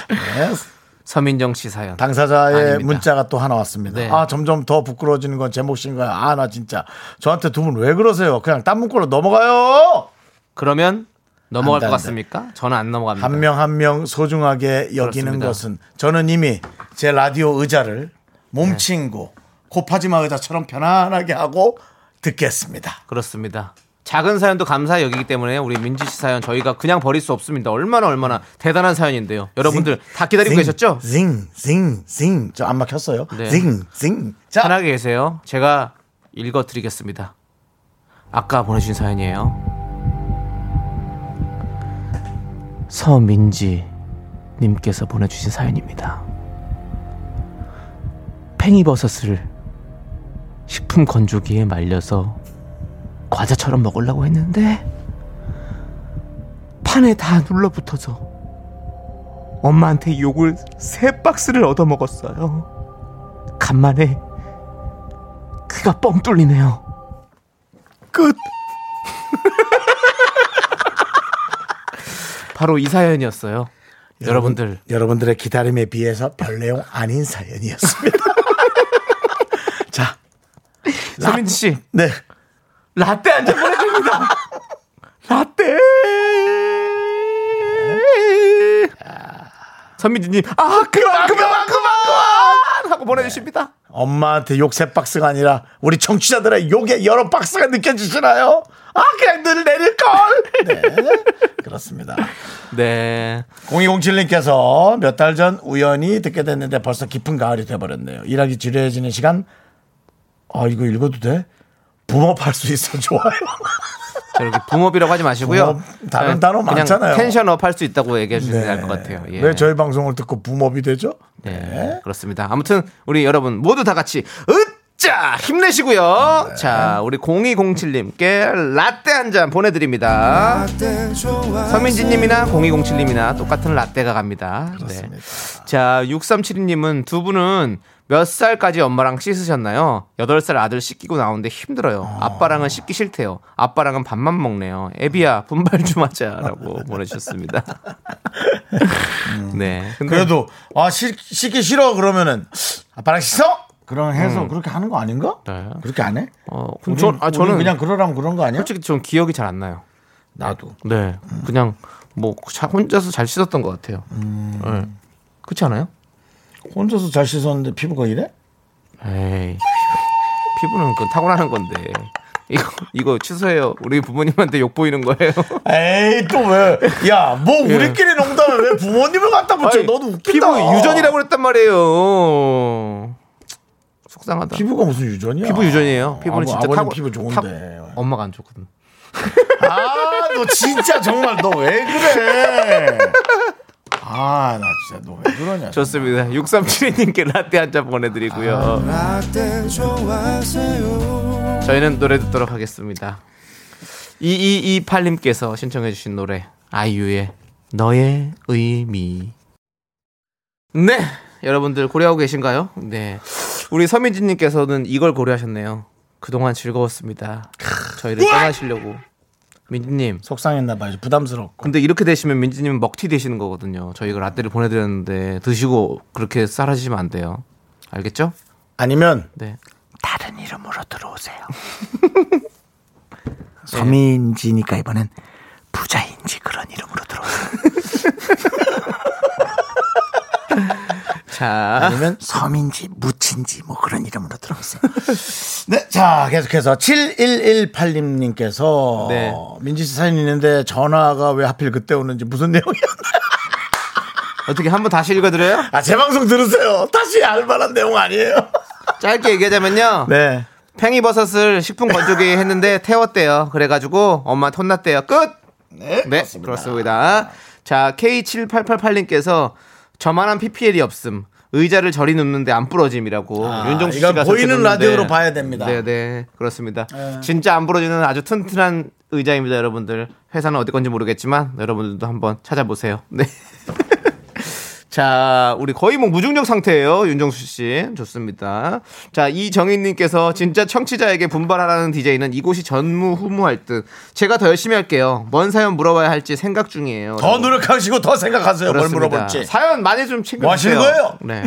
Speaker 1: 네.
Speaker 2: 서민정 씨 사연.
Speaker 1: 당사자의
Speaker 2: 아닙니다.
Speaker 1: 문자가 또 하나 왔습니다.
Speaker 2: 네.
Speaker 1: 아, 점점 더 부끄러워지는 건 제 몫인가요? 아, 나 진짜. 저한테 두 분 왜 그러세요? 그냥 딴 문구로 넘어가요!
Speaker 2: 그러면 넘어갈
Speaker 1: 안
Speaker 2: 것
Speaker 1: 돼, 안 돼.
Speaker 2: 같습니까? 저는 안 넘어갑니다.
Speaker 1: 한 명 한 명 소중하게 여기는
Speaker 2: 그렇습니다. 네.
Speaker 1: 것은 저는 이미 제 라디오 의자를 몸친구 코파지마 의자처럼 편안하게 하고 듣겠습니다.
Speaker 2: 그렇습니다. 작은 사연도 감사 여기기 때문에 우리 민지 씨 사연 저희가 그냥 버릴 수 없습니다. 얼마나 얼마나 대단한 사연인데요. 여러분들 다 기다리고 계셨죠?
Speaker 1: 징징징 저 안 막혔어요.
Speaker 2: 네.
Speaker 1: 징징 자
Speaker 2: 편하게 계세요. 제가 읽어 드리겠습니다. 아까 보내주신 사연이에요. 서민지 님께서 보내주신 사연입니다. 팽이버섯을 식품 건조기에 말려서 과자처럼 먹으려고 했는데 판에 다 눌러붙어서 엄마한테 욕을 세 박스를 얻어 먹었어요. 간만에 귀가 뻥 뚫리네요. 끝. [laughs] 바로 이 사연이었어요. 여러분들
Speaker 1: 여러분들의 기다림에 비해서 별 내용 아닌 사연이었습니다. 자,
Speaker 2: 서민지 씨
Speaker 1: 네.
Speaker 2: 라떼 한 잔 [laughs] 보내드립니다. 라떼. 아. 선민지님 아 그만 그만 그만 그만 하고 보내주십니다.
Speaker 1: 엄마한테 욕 세 박스가 아니라 우리 청취자들의 욕의 여러 박스가 느껴지시나요? 아 그냥 늘 내릴 걸. [laughs] 네, 그렇습니다.
Speaker 2: 네.
Speaker 1: 0207님께서 몇 달 전 우연히 듣게 됐는데 벌써 깊은 가을이 돼버렸네요. 일하기 지루해지는 시간. 아 이거 읽어도 돼? 붐업할 수 있어 좋아요.
Speaker 2: 저렇게 붐업이라고 하지 마시고요. 네,
Speaker 1: 붐업, 다른 단어
Speaker 2: 그냥
Speaker 1: 많잖아요.
Speaker 2: 텐션업 할 수 있다고 얘기해 주시면
Speaker 1: 네.
Speaker 2: 될 것 같아요. 예.
Speaker 1: 왜 저희 방송을 듣고 붐업이 되죠?
Speaker 2: 네. 그렇습니다. 아무튼 우리 여러분 모두 다 같이 으짜 힘내시고요. 자, 우리 0207님께 라떼 한 잔 보내드립니다. 서민지님이나 0207님이나 똑같은 라떼가 갑니다. 네. 자, 6372님은 두 분은 몇 살까지 엄마랑 씻으셨나요? 8살 아들 씻기고 나오는데 힘들어요. 아빠랑은 씻기 싫대요. 아빠랑은 밥만 먹네요. 애비야, 분발 좀 [laughs] 하자라고 보내주셨습니다. 네. 근데
Speaker 1: 그래도 아 씻, 기 싫어 그러면은 아빠랑 씻어. 그런 해서 그렇게 하는 거 아닌가?
Speaker 2: 음. 네.
Speaker 1: 그렇게 안 해?
Speaker 2: 어, 근데
Speaker 1: 우린,
Speaker 2: 전- 아,
Speaker 1: 우린
Speaker 2: 저는
Speaker 1: 그냥 그러라면 그런 거 아니야?
Speaker 2: 솔직히 좀 기억이 잘 안 나요.
Speaker 1: 나도.
Speaker 2: 네. 그냥 뭐 자- 혼자서 잘 씻었던 것 같아요. 네. 그렇지 않아요?
Speaker 1: 혼자서 잘 씻었는데 피부가 이래?
Speaker 2: 에이. 피부는 그 타고나는 건데. 이거 이거 취소해요. 우리 부모님한테 욕 보이는 거예요.
Speaker 1: 에이 또 왜? 야 뭐 우리끼리 농담을 왜 부모님을 갖다 붙여?
Speaker 2: 예. 아니,
Speaker 1: 너도 웃긴다.
Speaker 2: 피부 유전이라고 그랬단 말이에요. 속상하다. 피부,
Speaker 1: 피부가 무슨 유전이야?
Speaker 2: 유전이에요. 피부는
Speaker 1: 아버-
Speaker 2: 진짜
Speaker 1: 아버님
Speaker 2: 타고
Speaker 1: 피부 좋은데.
Speaker 2: 타- 엄마가 안 좋거든.
Speaker 1: 아 너 진짜 정말 너 왜 그래? 아 나 진짜 너 왜 그러냐?
Speaker 2: 좋습니다. 6372님께 라떼 한 잔 보내드리고요. 저희는 노래 듣도록 하겠습니다. 2228님께서 신청해주신 노래 아이유의 너의 의미 네 여러분들 고려하고 계신가요? 네 우리 서민진님께서는 이걸 고려하셨네요. 그동안 즐거웠습니다. 저희를 떠나시려고 민지님
Speaker 1: 속상했나 봐요. 부담스럽고.
Speaker 2: 근데 이렇게 되시면 민지님은 먹튀 되시는 거거든요. 저희가 라떼를 보내드렸는데 드시고 그렇게 싸라지시면 안 돼요. 알겠죠?
Speaker 1: 아니면
Speaker 2: 네.
Speaker 1: 다른 이름으로 [laughs] 들어오세요. 서민지니까 이번엔 부자인지 그런 이름으로 들어오세요. [laughs]
Speaker 2: 자,
Speaker 1: 아니면 서민지, 무친지 뭐 그런 이름으로 들어오세요. [laughs] 네, 자 계속해서 7118님께서
Speaker 2: 네.
Speaker 1: 민지 씨 사연 있는데 전화가 왜 하필 그때 오는지 무슨 내용이었나요?
Speaker 2: 어떻게 한번 다시 읽어드려요?
Speaker 1: 아, 제 방송 들으세요. 다시 알 만한 내용 아니에요.
Speaker 2: [laughs] 짧게 얘기하자면요.
Speaker 1: 네.
Speaker 2: 팽이버섯을 식품 건조기 했는데 태웠대요. 그래가지고 엄마 혼났대요. 끝! 네, 그렇습니다. 자, K7888님께서 저만한 PPL이 없음. 의자를 저리 눕는데 안 부러짐이라고.
Speaker 1: 아,
Speaker 2: 윤정수
Speaker 1: 이건
Speaker 2: 씨가
Speaker 1: 보이는
Speaker 2: 설득했는데.
Speaker 1: 라디오로 봐야 됩니다.
Speaker 2: 네, 네. 그렇습니다. 진짜 안 부러지는 아주 튼튼한 의자입니다, 여러분들. 회사는 어디 건지 모르겠지만 여러분들도 한번 찾아보세요. 네. [laughs] 자, 우리 거의 뭐 무중력 상태예요, 윤정수 씨. 좋습니다. 자, 이정인님께서 진짜 청취자에게 분발하라는 DJ는 이곳이 전무후무할 듯. 제가 더 열심히 할게요. 뭔 사연 물어봐야 할지 생각 중이에요.
Speaker 1: 더 노력하시고 더 생각하세요. 뭘 물어볼지.
Speaker 2: 사연 많이 좀 챙겨주세요.
Speaker 1: 뭐 하시는 거예요?
Speaker 2: 네.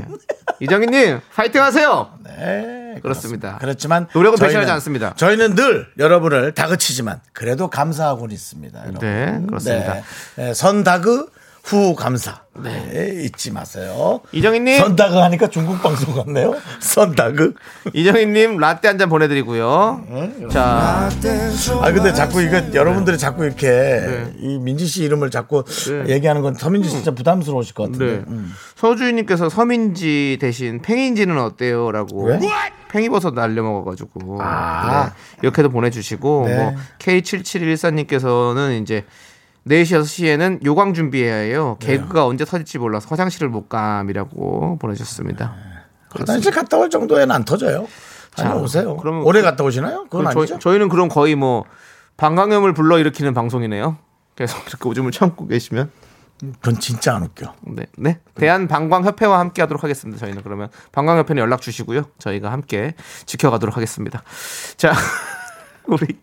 Speaker 2: 이정인님, 파이팅하세요.
Speaker 1: 네,
Speaker 2: 그렇습니다.
Speaker 1: 그렇지만
Speaker 2: 노력은
Speaker 1: 저희는-
Speaker 2: 배신하지 않습니다.
Speaker 1: 저희는 늘 여러분을 다그치지만 그래도 감사하고는 있습니다. 여러분.
Speaker 2: 네, 그렇습니다.
Speaker 1: 네. 네, 선다그 후 감사 네, 잊지 마세요.
Speaker 2: 이정인님,
Speaker 1: 선다그 하니까 중국 방송 같네요. 선다그.
Speaker 2: 이정인님 라떼 한 잔 보내드리고요.
Speaker 1: 네,
Speaker 2: 자,
Speaker 1: 아 근데 자꾸 이거 여러분들이 자꾸 이렇게 이 민지 씨 이름을 자꾸
Speaker 2: 네. 음.
Speaker 1: 얘기하는 건 서민지 씨 진짜 부담스러우실 것 같은데.
Speaker 2: 네.
Speaker 1: 음.
Speaker 2: 서주인님께서 서민지 대신 팽인지는 어때요라고
Speaker 1: 왜?
Speaker 2: 팽이버섯 날려 먹어가지고
Speaker 1: 아.
Speaker 2: 네. 이렇게도 보내주시고
Speaker 1: 네.
Speaker 2: 뭐 K7714님께서는 이제 4시 6시에는 요강 준비해야 해요.
Speaker 1: 네.
Speaker 2: 개그가 언제 터질지 몰라서 화장실을 못 감이라고 보내주셨습니다.
Speaker 1: 네. 화장실 갔다 올 정도에는 안 터져요. 다녀오세요.
Speaker 2: 그러면
Speaker 1: 오래 갔다 오시나요? 그건
Speaker 2: 그럼
Speaker 1: 아니죠.
Speaker 2: 저희, 저희는 그럼 거의 뭐 방광염을 불러일으키는 방송이네요. 계속 이렇게 오줌을 참고 계시면
Speaker 1: 그건 진짜 안 웃겨.
Speaker 2: 네, 네. 대한 방광 협회와 함께 하도록 하겠습니다. 저희는 그러면 방광 협회는 연락 주시고요. 저희가 함께 지켜가도록 하겠습니다. 자, [laughs] 우리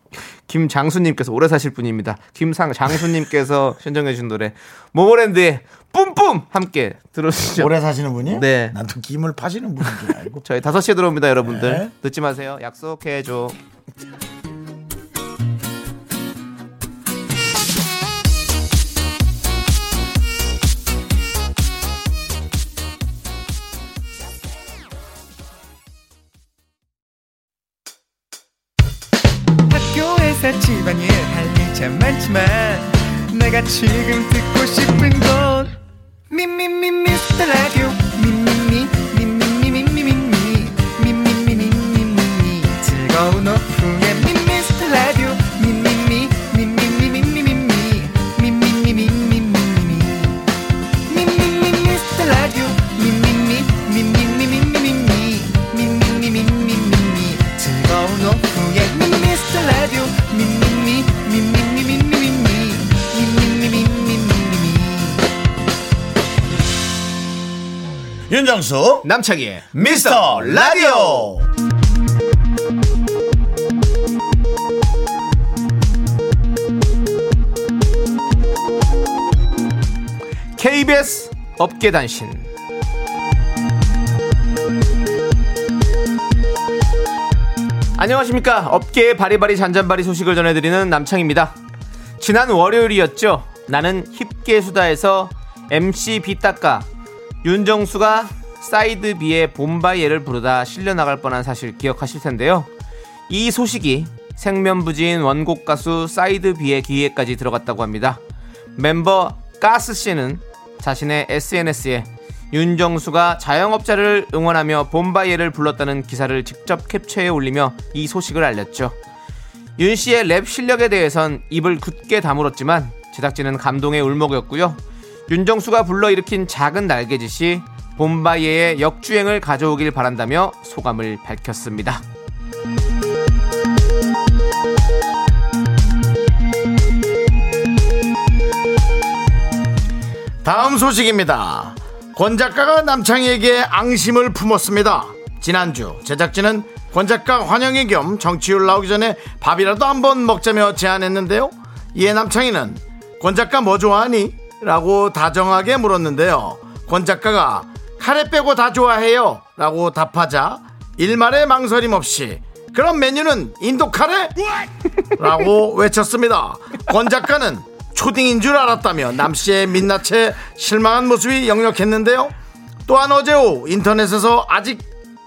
Speaker 2: 김장수 님께서 오래 사실 분입니다. 김상 장수 님께서 신청해 주신 노래 모모랜드의 뿜뿜 함께 들어주시죠.
Speaker 1: 오래 사시는 분이?
Speaker 2: 네.
Speaker 1: 난 또 김을 파시는 분인 줄 알고.
Speaker 2: 저희 5시에 들어옵니다, 여러분들.
Speaker 1: 네.
Speaker 2: 늦지 마세요. 약속해 줘.
Speaker 6: 학교에서 집안일 할 일 참 많지만 내가 지금 듣고 싶은 건 미미미 미스터 라디오 미미미 미미미 미미미 미미미 미미미 즐거운 오후에 미미스터 라디오 미미미 미미미 미미미 미미미 미미미
Speaker 1: [laughs]
Speaker 6: 예,
Speaker 1: 윤정수
Speaker 2: 남창희의
Speaker 1: 미스터 라디오
Speaker 2: KBS 업계 단신. 안녕하십니까. 업계의 바리바리 잔잔바리 소식을 전해드리는 남창입니다. 지난 월요일이었죠. 나는 힙계 수다에서 MC 비따까 윤정수가 사이드 B의 봄바이예를 부르다 실려 나갈 뻔한 사실 기억하실 텐데요. 이 소식이 생면부지인 원곡 가수 사이드 B의 귀에까지 들어갔다고 합니다. 멤버 가스 씨는 자신의 SNS에 윤정수가 자영업자를 응원하며 봄바이예를 불렀다는 기사를 직접 캡처해 올리며 이 소식을 알렸죠. 윤 씨의 랩 실력에 대해선 입을 굳게 다물었지만 제작진은 감동의 울먹이었고요. 윤정수가 불러일으킨 작은 날개짓이 봄바이의 역주행을 가져오길 바란다며 소감을 밝혔습니다.
Speaker 1: 다음 소식입니다. 권 작가가 남창희에게 앙심을 품었습니다. 지난주 제작진은 권 작가 환영회 겸 정치율 나오기 전에 밥이라도 한번 먹자며 제안했는데요. 이에 남창희는 권 작가 뭐 좋아하니? 라고 다정하게 물었는데요. 권 작가가 카레 빼고 다 좋아해요. 라고 답하자 일말의 망설임 없이 그럼 메뉴는 인도 카레? 라고 외쳤습니다. 권 작가는 초딩인 줄 알았다며 남씨의 민낯에 실망한 모습이 역력했는데요. 또한 어제 오후 인터넷에서 아직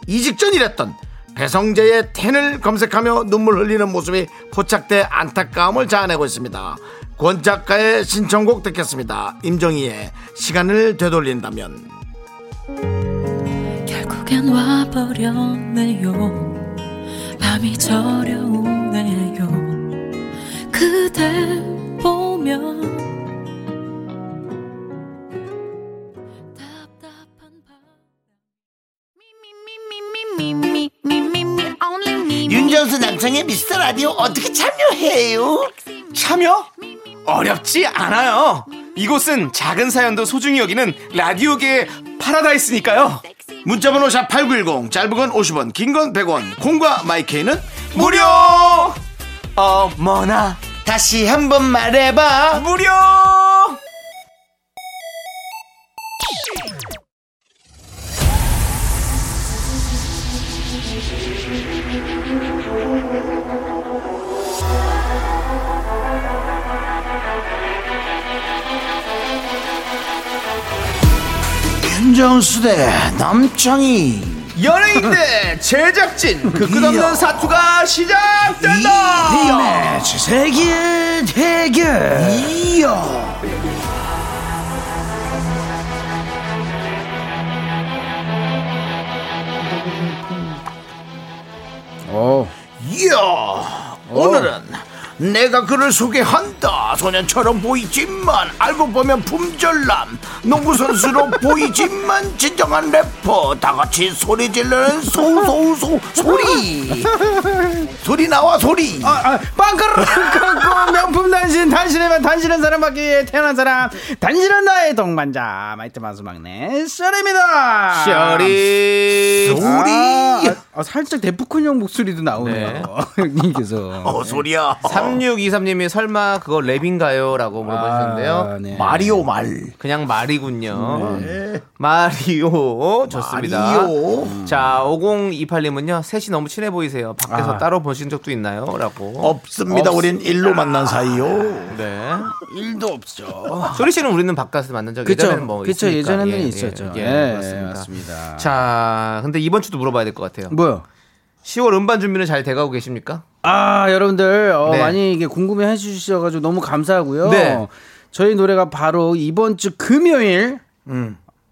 Speaker 1: 이직전 이랬던 배성재의 텐을 검색하며 눈물 흘리는 모습이 포착돼 안타까움을 자아내고 있습니다. 권 작가의 신청곡 듣겠습니다. 임정희의 시간을 되돌린다면
Speaker 7: 결국엔 와버렸네요 밤이 저려오네요 그대 보면 답답한 밤
Speaker 4: 윤정수 남성의 미스터 라디오 어떻게 참여해요?
Speaker 2: 참여? 어렵지 않아요. 이곳은 작은 사연도 소중히 여기는 라디오계의 파라다이스니까요.
Speaker 1: 문자번호 샵8910 짧은 건 50원 긴 건 100원 콩과 마이케이는
Speaker 2: 무료! 어머나,
Speaker 4: 다시 한번 말해봐.
Speaker 2: 무료!
Speaker 1: 윤정수 대 남창희
Speaker 2: 연예인대 제작진 그 끝없는 사투가 시작된다.
Speaker 1: 매치 세계 대결 이어 이야 오늘은 내가 그를 소개한다 소년처럼 보이지만 알고 보면 품절남 농구선수로 [laughs] 보이지만 진정한 래퍼 다같이 소리 지르는 소소소 소리 소리 나와 소리
Speaker 6: 아, 빵가루 깎고 명품 단신 단신에만 단신한 사람밖에 위해 태어난 사람 단신한 나의 동반자 마이트 마수 막내 셔리입니다
Speaker 2: 아, 셔리.
Speaker 1: 소리 네.
Speaker 6: 아, 살짝 데프콘형 목소리도 나오네요
Speaker 2: 네.
Speaker 6: 형님께서
Speaker 1: 어 소리야
Speaker 2: 3623님이 설마 그거 랩인가요? 라고 물어보셨는데요.
Speaker 6: 아, 네.
Speaker 1: 마리오 말
Speaker 2: 그냥 말이군요. 마리오. 좋습니다.
Speaker 1: 네. 마리오.
Speaker 2: 자, 5028님은요. 셋이 너무 친해 보이세요. 밖에서
Speaker 1: 아.
Speaker 2: 따로 보신 적도 있나요? 라고.
Speaker 1: 없습니다. 우린 일로 만난 사이요.
Speaker 2: 네.
Speaker 1: 일도 없죠.
Speaker 2: 소리 씨는 우리는 바깥에서 만난 적이
Speaker 6: 그쵸,
Speaker 2: 예전에는 뭐
Speaker 6: 그쵸,
Speaker 2: 있으니까.
Speaker 6: 예전에는 있었죠.
Speaker 2: 예,
Speaker 6: 예,
Speaker 2: 맞습니다.
Speaker 6: 맞습니다.
Speaker 2: 자, 근데 이번 주도 물어봐야 될 것 같아요.
Speaker 6: 뭐요?
Speaker 2: 10월 음반 준비는 잘 돼가고 계십니까?
Speaker 6: 아 여러분들 어,
Speaker 2: 네.
Speaker 6: 많이 이게 궁금해 해주셔가지고 너무 감사하고요.
Speaker 2: 네.
Speaker 6: 저희 노래가 바로 이번 주 금요일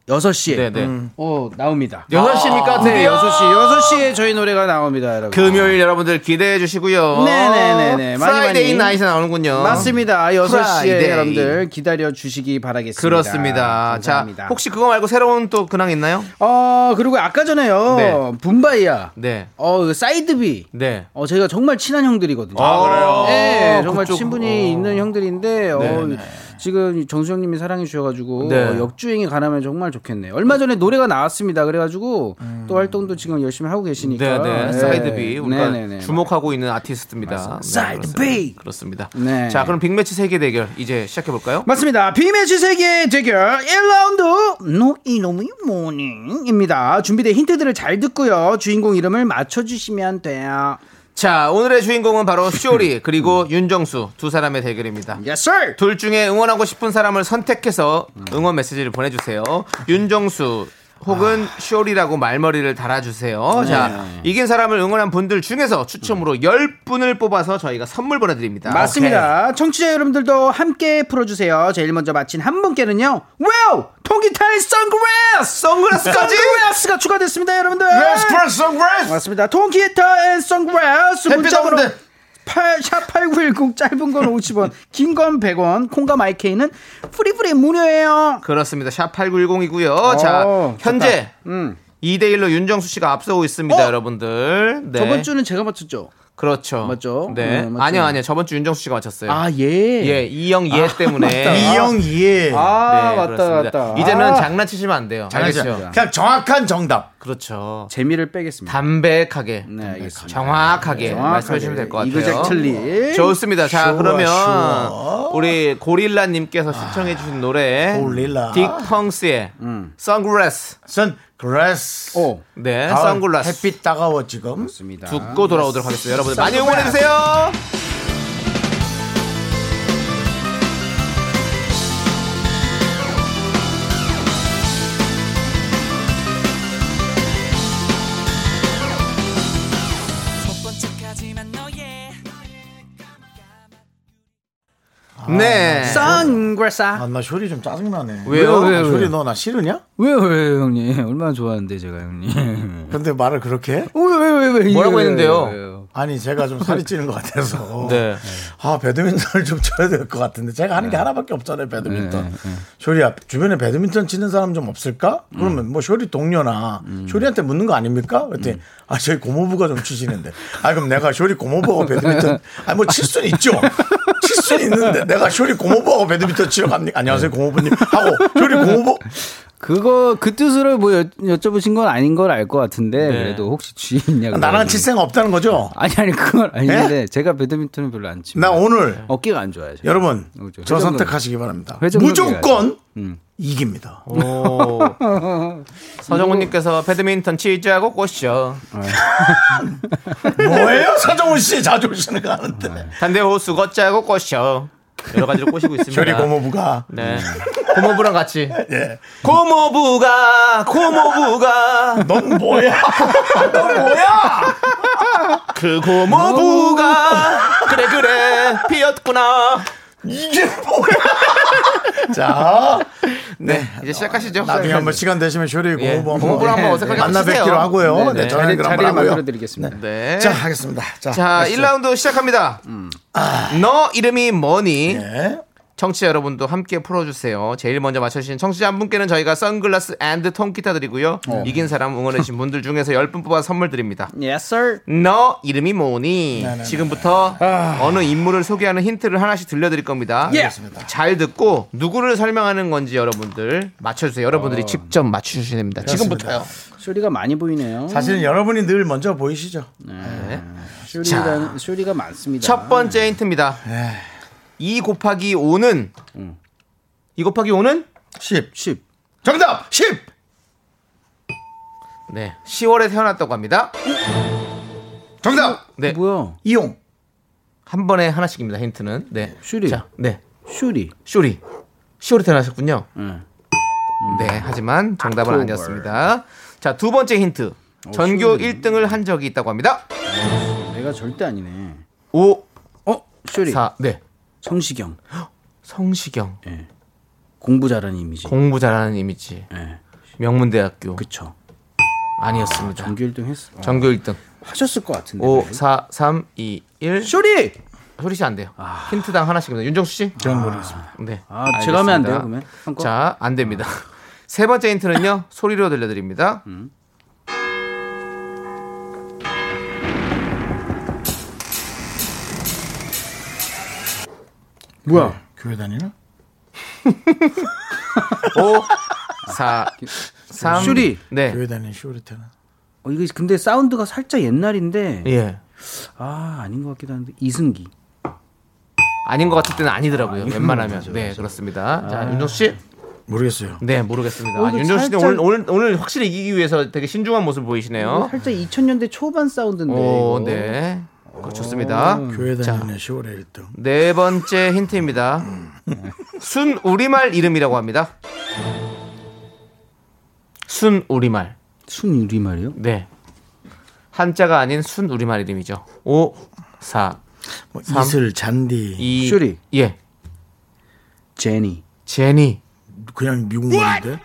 Speaker 6: 6시에
Speaker 2: 음. 네, 네.
Speaker 6: 어, 나옵니다.
Speaker 2: 6시입니까?
Speaker 6: 네, 6시, 6시에 저희 노래가 나옵니다, 여러분.
Speaker 2: 금요일 여러분들 기대해 주시고요.
Speaker 6: 네네네네. 많이 많이.
Speaker 2: 프라이데이 나이트 나오는군요.
Speaker 6: 어. 맞습니다. 아, 6시에
Speaker 2: 프라이데이.
Speaker 6: 여러분들 기다려 주시기 바라겠습니다.
Speaker 2: 그렇습니다.
Speaker 6: 감사합니다.
Speaker 2: 자, 혹시 그거 말고 새로운 또 근황 있나요?
Speaker 6: 어, 그리고 아까 전에요.
Speaker 2: 네.
Speaker 6: 분바이야.
Speaker 2: 네.
Speaker 6: 어, 사이드비.
Speaker 2: 네.
Speaker 6: 어, 저희가 정말 친한
Speaker 2: 아,
Speaker 6: 형들이거든요.
Speaker 2: 그래요?
Speaker 6: 네, 정말
Speaker 2: 그쪽,
Speaker 6: 친분이
Speaker 2: 어.
Speaker 6: 있는 형들인데 어,
Speaker 2: 네.
Speaker 6: 지금 정수영님이 사랑해 주셔가지고
Speaker 2: 네.
Speaker 6: 어, 역주행이 가능하면 정말 좋겠네요. 얼마 전에 노래가 나왔습니다. 그래가지고 또 활동도 지금 열심히 하고
Speaker 2: 네,
Speaker 6: 계시니까.
Speaker 2: 음. 네.
Speaker 6: 예.
Speaker 2: 사이드 B 우리가
Speaker 6: 네네네.
Speaker 2: 주목하고 있는 아티스트입니다. 사이드 B 그렇습니다.
Speaker 6: 네.
Speaker 2: 자, 그럼 빅매치 세계 대결 이제 시작해 볼까요?
Speaker 6: 맞습니다. 비매치 세계 대결 1라운드 노 이놈이 뭐니입니다. 준비된 힌트들을 잘 듣고요. 주인공 이름을 맞춰주시면 돼요.
Speaker 2: 자, 오늘의 주인공은 바로 쇼리 그리고 윤정수 두 사람의 대결입니다.
Speaker 6: Yes,
Speaker 1: 아,
Speaker 6: sir.
Speaker 2: 둘 중에 응원하고 싶은 사람을 선택해서 응원 메시지를 보내주세요. 윤정수 혹은
Speaker 6: 아.
Speaker 2: 쇼리라고 말머리를 달아주세요. 자,
Speaker 6: 네.
Speaker 2: 이긴 사람을 응원한 분들 중에서 추첨으로 10분을 뽑아서 저희가 선물 보내드립니다.
Speaker 6: 음. 맞습니다. 청취자 여러분들도 함께 풀어주세요. 제일 먼저 마친 한 분께는요. 와우! 통기타의 선글라스! [laughs]
Speaker 2: 선글라스까지?
Speaker 6: 선글라스가 추가됐습니다, 여러분들.
Speaker 1: 에스프레소 브레스
Speaker 6: 맞습니다. 통기타 앤 선글라스
Speaker 1: 햇빛
Speaker 6: 문자번호
Speaker 1: 없는데.
Speaker 6: 8, 샵8910 짧은 건 50원, 긴 건 100원, 콩과 마이케이는 프리프리 무료예요.
Speaker 2: 그렇습니다. 샵 8910이고요. 자,
Speaker 6: 오,
Speaker 2: 현재
Speaker 6: 어, 음.
Speaker 2: 2대1로 윤정수 씨가 앞서고 있습니다,
Speaker 6: 어?
Speaker 2: 여러분들. 네.
Speaker 6: 저번 주는 제가 맞췄죠.
Speaker 2: 그렇죠.
Speaker 6: 맞죠?
Speaker 2: 네.
Speaker 6: 네, 맞죠.
Speaker 2: 아니요, 아니요. 저번 주 윤정수 씨가 맞췄어요.
Speaker 6: 아, 예.
Speaker 2: 예, 이영 예 때문에.
Speaker 1: 이영 이해
Speaker 6: 아,
Speaker 2: 네,
Speaker 6: 맞다,
Speaker 2: 그렇습니다.
Speaker 6: 맞다.
Speaker 2: 이제는
Speaker 6: 아,
Speaker 2: 장난치시면 안 돼요. 알겠죠?
Speaker 1: 그냥 정확한 정답
Speaker 2: 그렇죠.
Speaker 6: 재미를 빼겠습니다.
Speaker 2: 담백하게.
Speaker 6: 네, 알겠습니다. 네,
Speaker 2: 정확하게,
Speaker 6: 정확하게.
Speaker 2: 말씀해 주시면 될 것 같아요.
Speaker 6: 이그잭 틀리.
Speaker 2: 좋습니다. 자,
Speaker 1: 좋아,
Speaker 2: 그러면
Speaker 1: 좋아.
Speaker 2: 우리 고릴라 님께서 신청해 주신 노래
Speaker 1: 고릴라.
Speaker 2: 딕펑스의
Speaker 6: 음.
Speaker 2: 선글라스.
Speaker 1: 선글라스
Speaker 6: 오.
Speaker 2: 네,
Speaker 1: 가을
Speaker 2: 선글라스.
Speaker 1: 아, 햇빛 따가워 지금
Speaker 6: 좋습니다.
Speaker 2: 듣고 돌아오도록 하겠습니다. 여러분들 많이 응원해 주세요. 네.
Speaker 6: 선글라스.
Speaker 1: 아나 쇼리 좀 짜증나네
Speaker 2: 왜요?
Speaker 1: 나
Speaker 2: 왜요?
Speaker 1: 쇼리
Speaker 2: 왜요?
Speaker 1: 너 나 싫으냐?
Speaker 6: 왜요, 왜요, 형님? 얼마나 좋아하는데, 제가
Speaker 2: 음.
Speaker 6: 형님.
Speaker 1: 근데 말을 그렇게
Speaker 2: 어?
Speaker 1: 해?
Speaker 6: 왜, 왜, 왜, 왜.
Speaker 2: 뭐라고
Speaker 6: 이거예요?
Speaker 2: 했는데요?
Speaker 1: 아니 제가 좀 살이 찌는 것 같아서
Speaker 2: [laughs] 네.
Speaker 1: 아 배드민턴을 좀 쳐야 될 것 같은데 제가 하는 게 하나밖에 없잖아요
Speaker 2: 네,
Speaker 1: 배드민턴 쇼리야 주변에 배드민턴 치는 사람 좀 없을까?
Speaker 2: 음.
Speaker 1: 그러면 뭐 쇼리 동료나 쇼리한테 묻는 거 아닙니까? 그랬더니 아 저희 고모부가 좀 치시는데 아 그럼 내가 쇼리 고모부하고
Speaker 2: [laughs]
Speaker 1: 배드민턴 아니 뭐 칠 수는 있죠 칠 수는 있는데 내가 쇼리 고모부하고 배드민턴 치러 갑니까? 안녕하세요
Speaker 2: 네.
Speaker 1: 고모부님 하고 쇼리 고모부
Speaker 6: 그거, 그 뜻으로 뭐 여, 여쭤보신 건 아닌 걸 알 것 같은데, 그래도 혹시 쥐 있냐고.
Speaker 1: 나랑 칠 생각 없다는 거죠?
Speaker 6: 아니, 아니, 그건 아닌데, 제가 배드민턴을 별로 안 치고.
Speaker 1: 나 오늘
Speaker 6: 네. 어깨가 안 좋아요. 제가.
Speaker 1: 여러분
Speaker 6: 그렇죠.
Speaker 1: 저
Speaker 6: 회전근개.
Speaker 1: 선택하시기 바랍니다
Speaker 6: 회전근개
Speaker 1: 무조건 이깁니다
Speaker 2: 어, 오.
Speaker 6: [laughs]
Speaker 2: 서정훈님께서 배드민턴 치자고 꼬시죠.
Speaker 1: 뭐예요 서정훈 씨 자주 오시는 거 아는데
Speaker 2: 단대 호수 걷자고 꼬셔 여러 가지로 꼬시고
Speaker 1: [laughs]
Speaker 2: 있습니다.
Speaker 1: 쇼리 고모부가
Speaker 2: 네. 고모부랑 같이.
Speaker 1: [laughs] 예.
Speaker 2: 고모부가 고모부가
Speaker 1: 넌 뭐야 넌 뭐야
Speaker 2: 그 고모부가 그래 그래 피었구나.
Speaker 1: 이게 뭐야 [laughs] 자
Speaker 2: 네. 이제 시작하시죠.
Speaker 1: 어, 나중에 한번 시간 되시면 쇼리
Speaker 2: 예.
Speaker 1: 고모부
Speaker 2: 고모부랑
Speaker 1: 한번
Speaker 2: 한번 어색하게
Speaker 1: 만나
Speaker 2: 하시세요.
Speaker 1: 뵙기로 하고요
Speaker 2: 네,
Speaker 1: 네,
Speaker 2: 네.
Speaker 1: 저는 그럼
Speaker 6: 자리를
Speaker 1: 한번
Speaker 6: 만들어
Speaker 1: 하고요
Speaker 6: 드리겠습니다.
Speaker 2: 네.
Speaker 1: 자 하겠습니다 자,
Speaker 2: 자,
Speaker 1: 하시죠.
Speaker 2: 1라운드 시작합니다. 아. 너 이름이 뭐니?
Speaker 1: 예.
Speaker 2: 청취자 여러분도 함께 풀어주세요. 제일 먼저 맞춰주신 청취자 한 분께는 저희가 선글라스 앤드 통기타 드리고요.
Speaker 1: 어.
Speaker 2: 이긴 사람 응원해주신 분들 중에서 10분 뽑아 선물 드립니다.
Speaker 6: Yes, sir.
Speaker 2: 너 이름이 뭐니?
Speaker 1: 네네네.
Speaker 2: 지금부터 어느 인물을 소개하는 힌트를 하나씩 들려드릴 겁니다.
Speaker 6: 예.
Speaker 1: 알겠습니다.
Speaker 2: 잘 듣고 누구를 설명하는 건지 여러분들 맞춰주세요. 여러분들이 직접 맞춰주시면 됩니다. 지금부터요.
Speaker 6: 쇼리가 많이 보이네요.
Speaker 1: 사실은 여러분이 늘 먼저 보이시죠
Speaker 6: 쇼리라는, 쇼리가 많습니다.
Speaker 2: 첫 번째 힌트입니다. 2 곱하기 5는 2 곱하기 5는
Speaker 1: 10
Speaker 6: 10.
Speaker 1: 정답 10
Speaker 2: 네 10월에 태어났다고 합니다.
Speaker 1: 정답
Speaker 2: 네.
Speaker 6: 뭐야?
Speaker 1: 이용
Speaker 2: 한 번에 하나씩입니다. 힌트는 네.
Speaker 6: 슈리.
Speaker 2: 자, 네.
Speaker 6: 쇼리.
Speaker 2: 쇼리. 쇼리 태어나셨군요.
Speaker 6: 예.
Speaker 2: 네. 하지만 정답은
Speaker 6: 옥토버.
Speaker 2: 아니었습니다. 자, 두 번째 힌트.
Speaker 6: 어,
Speaker 2: 전교
Speaker 6: 쇼리.
Speaker 2: 1등을 한 적이 있다고 합니다.
Speaker 6: 내가 절대 아니네.
Speaker 2: 5
Speaker 6: 어? 쇼리.
Speaker 2: 4 네.
Speaker 6: 성시경.
Speaker 2: 성시경.
Speaker 6: 공부 잘하는 이미지.
Speaker 2: 공부 잘하는 이미지.
Speaker 6: 예.
Speaker 2: 명문대학교.
Speaker 6: 그쵸.
Speaker 2: 아니었습니다.
Speaker 6: 정규 1등 했어. 아,
Speaker 2: 전교 1등.
Speaker 6: 하셨을 것 같은데.
Speaker 2: 5 4 3 2 1
Speaker 6: 네, 쇼리!
Speaker 2: 소리 씨안 돼요. 힌트당 하나씩입니다. 윤정수 씨?
Speaker 1: 저는 모르겠습니다
Speaker 2: 네.
Speaker 6: 아, 제가 하면 안 돼요,
Speaker 2: 알겠습니다.
Speaker 6: 그러면? 아. 한 거?
Speaker 2: 자, 안 됩니다. [laughs] 세 번째 힌트는요. 소리로 들려드립니다.
Speaker 6: 음.
Speaker 2: 네.
Speaker 6: 뭐야?
Speaker 1: 교회 다니나?
Speaker 2: 5 4
Speaker 6: 아,
Speaker 2: 3
Speaker 6: 슈리. 그
Speaker 2: 네.
Speaker 1: 교회 다니는 쇼리 태나
Speaker 6: 어, 이거 근데 사운드가 살짝 옛날인데.
Speaker 2: 예.
Speaker 6: 아, 아닌 것 같기도 한데. 이승기.
Speaker 2: 아닌 것 같을 때는 아니더라고요. 웬만하면. 네, 그렇습니다. 자, 윤정수 씨.
Speaker 1: 모르겠어요
Speaker 2: 네, 모르겠습니다.
Speaker 6: 어,
Speaker 2: 아,
Speaker 6: 이거
Speaker 2: 윤정수 씨는
Speaker 6: 살짝-
Speaker 2: 오늘, 오늘 오늘 확실히 이기기 위해서 되게 신중한 모습 보이시네요.
Speaker 6: 살짝 2000년대 초반 사운드인데.
Speaker 2: 오,
Speaker 6: 이거.
Speaker 2: 어? 음, 네. 그거 좋습니다.
Speaker 1: 교회 다니는 10월에 1등.
Speaker 2: 네 번째 힌트입니다. 순 우리말 이름이라고 합니다. 순 우리말.
Speaker 6: 순 우리말이요?
Speaker 2: 네. 한자가 아닌 순 우리말 이름이죠. 5 4
Speaker 1: 뭐
Speaker 2: 삼.
Speaker 1: 이슬, 잔디.
Speaker 2: 2
Speaker 6: 슈리.
Speaker 2: 예.
Speaker 6: 제니.
Speaker 2: 제니.
Speaker 1: 그냥 미국 말인데?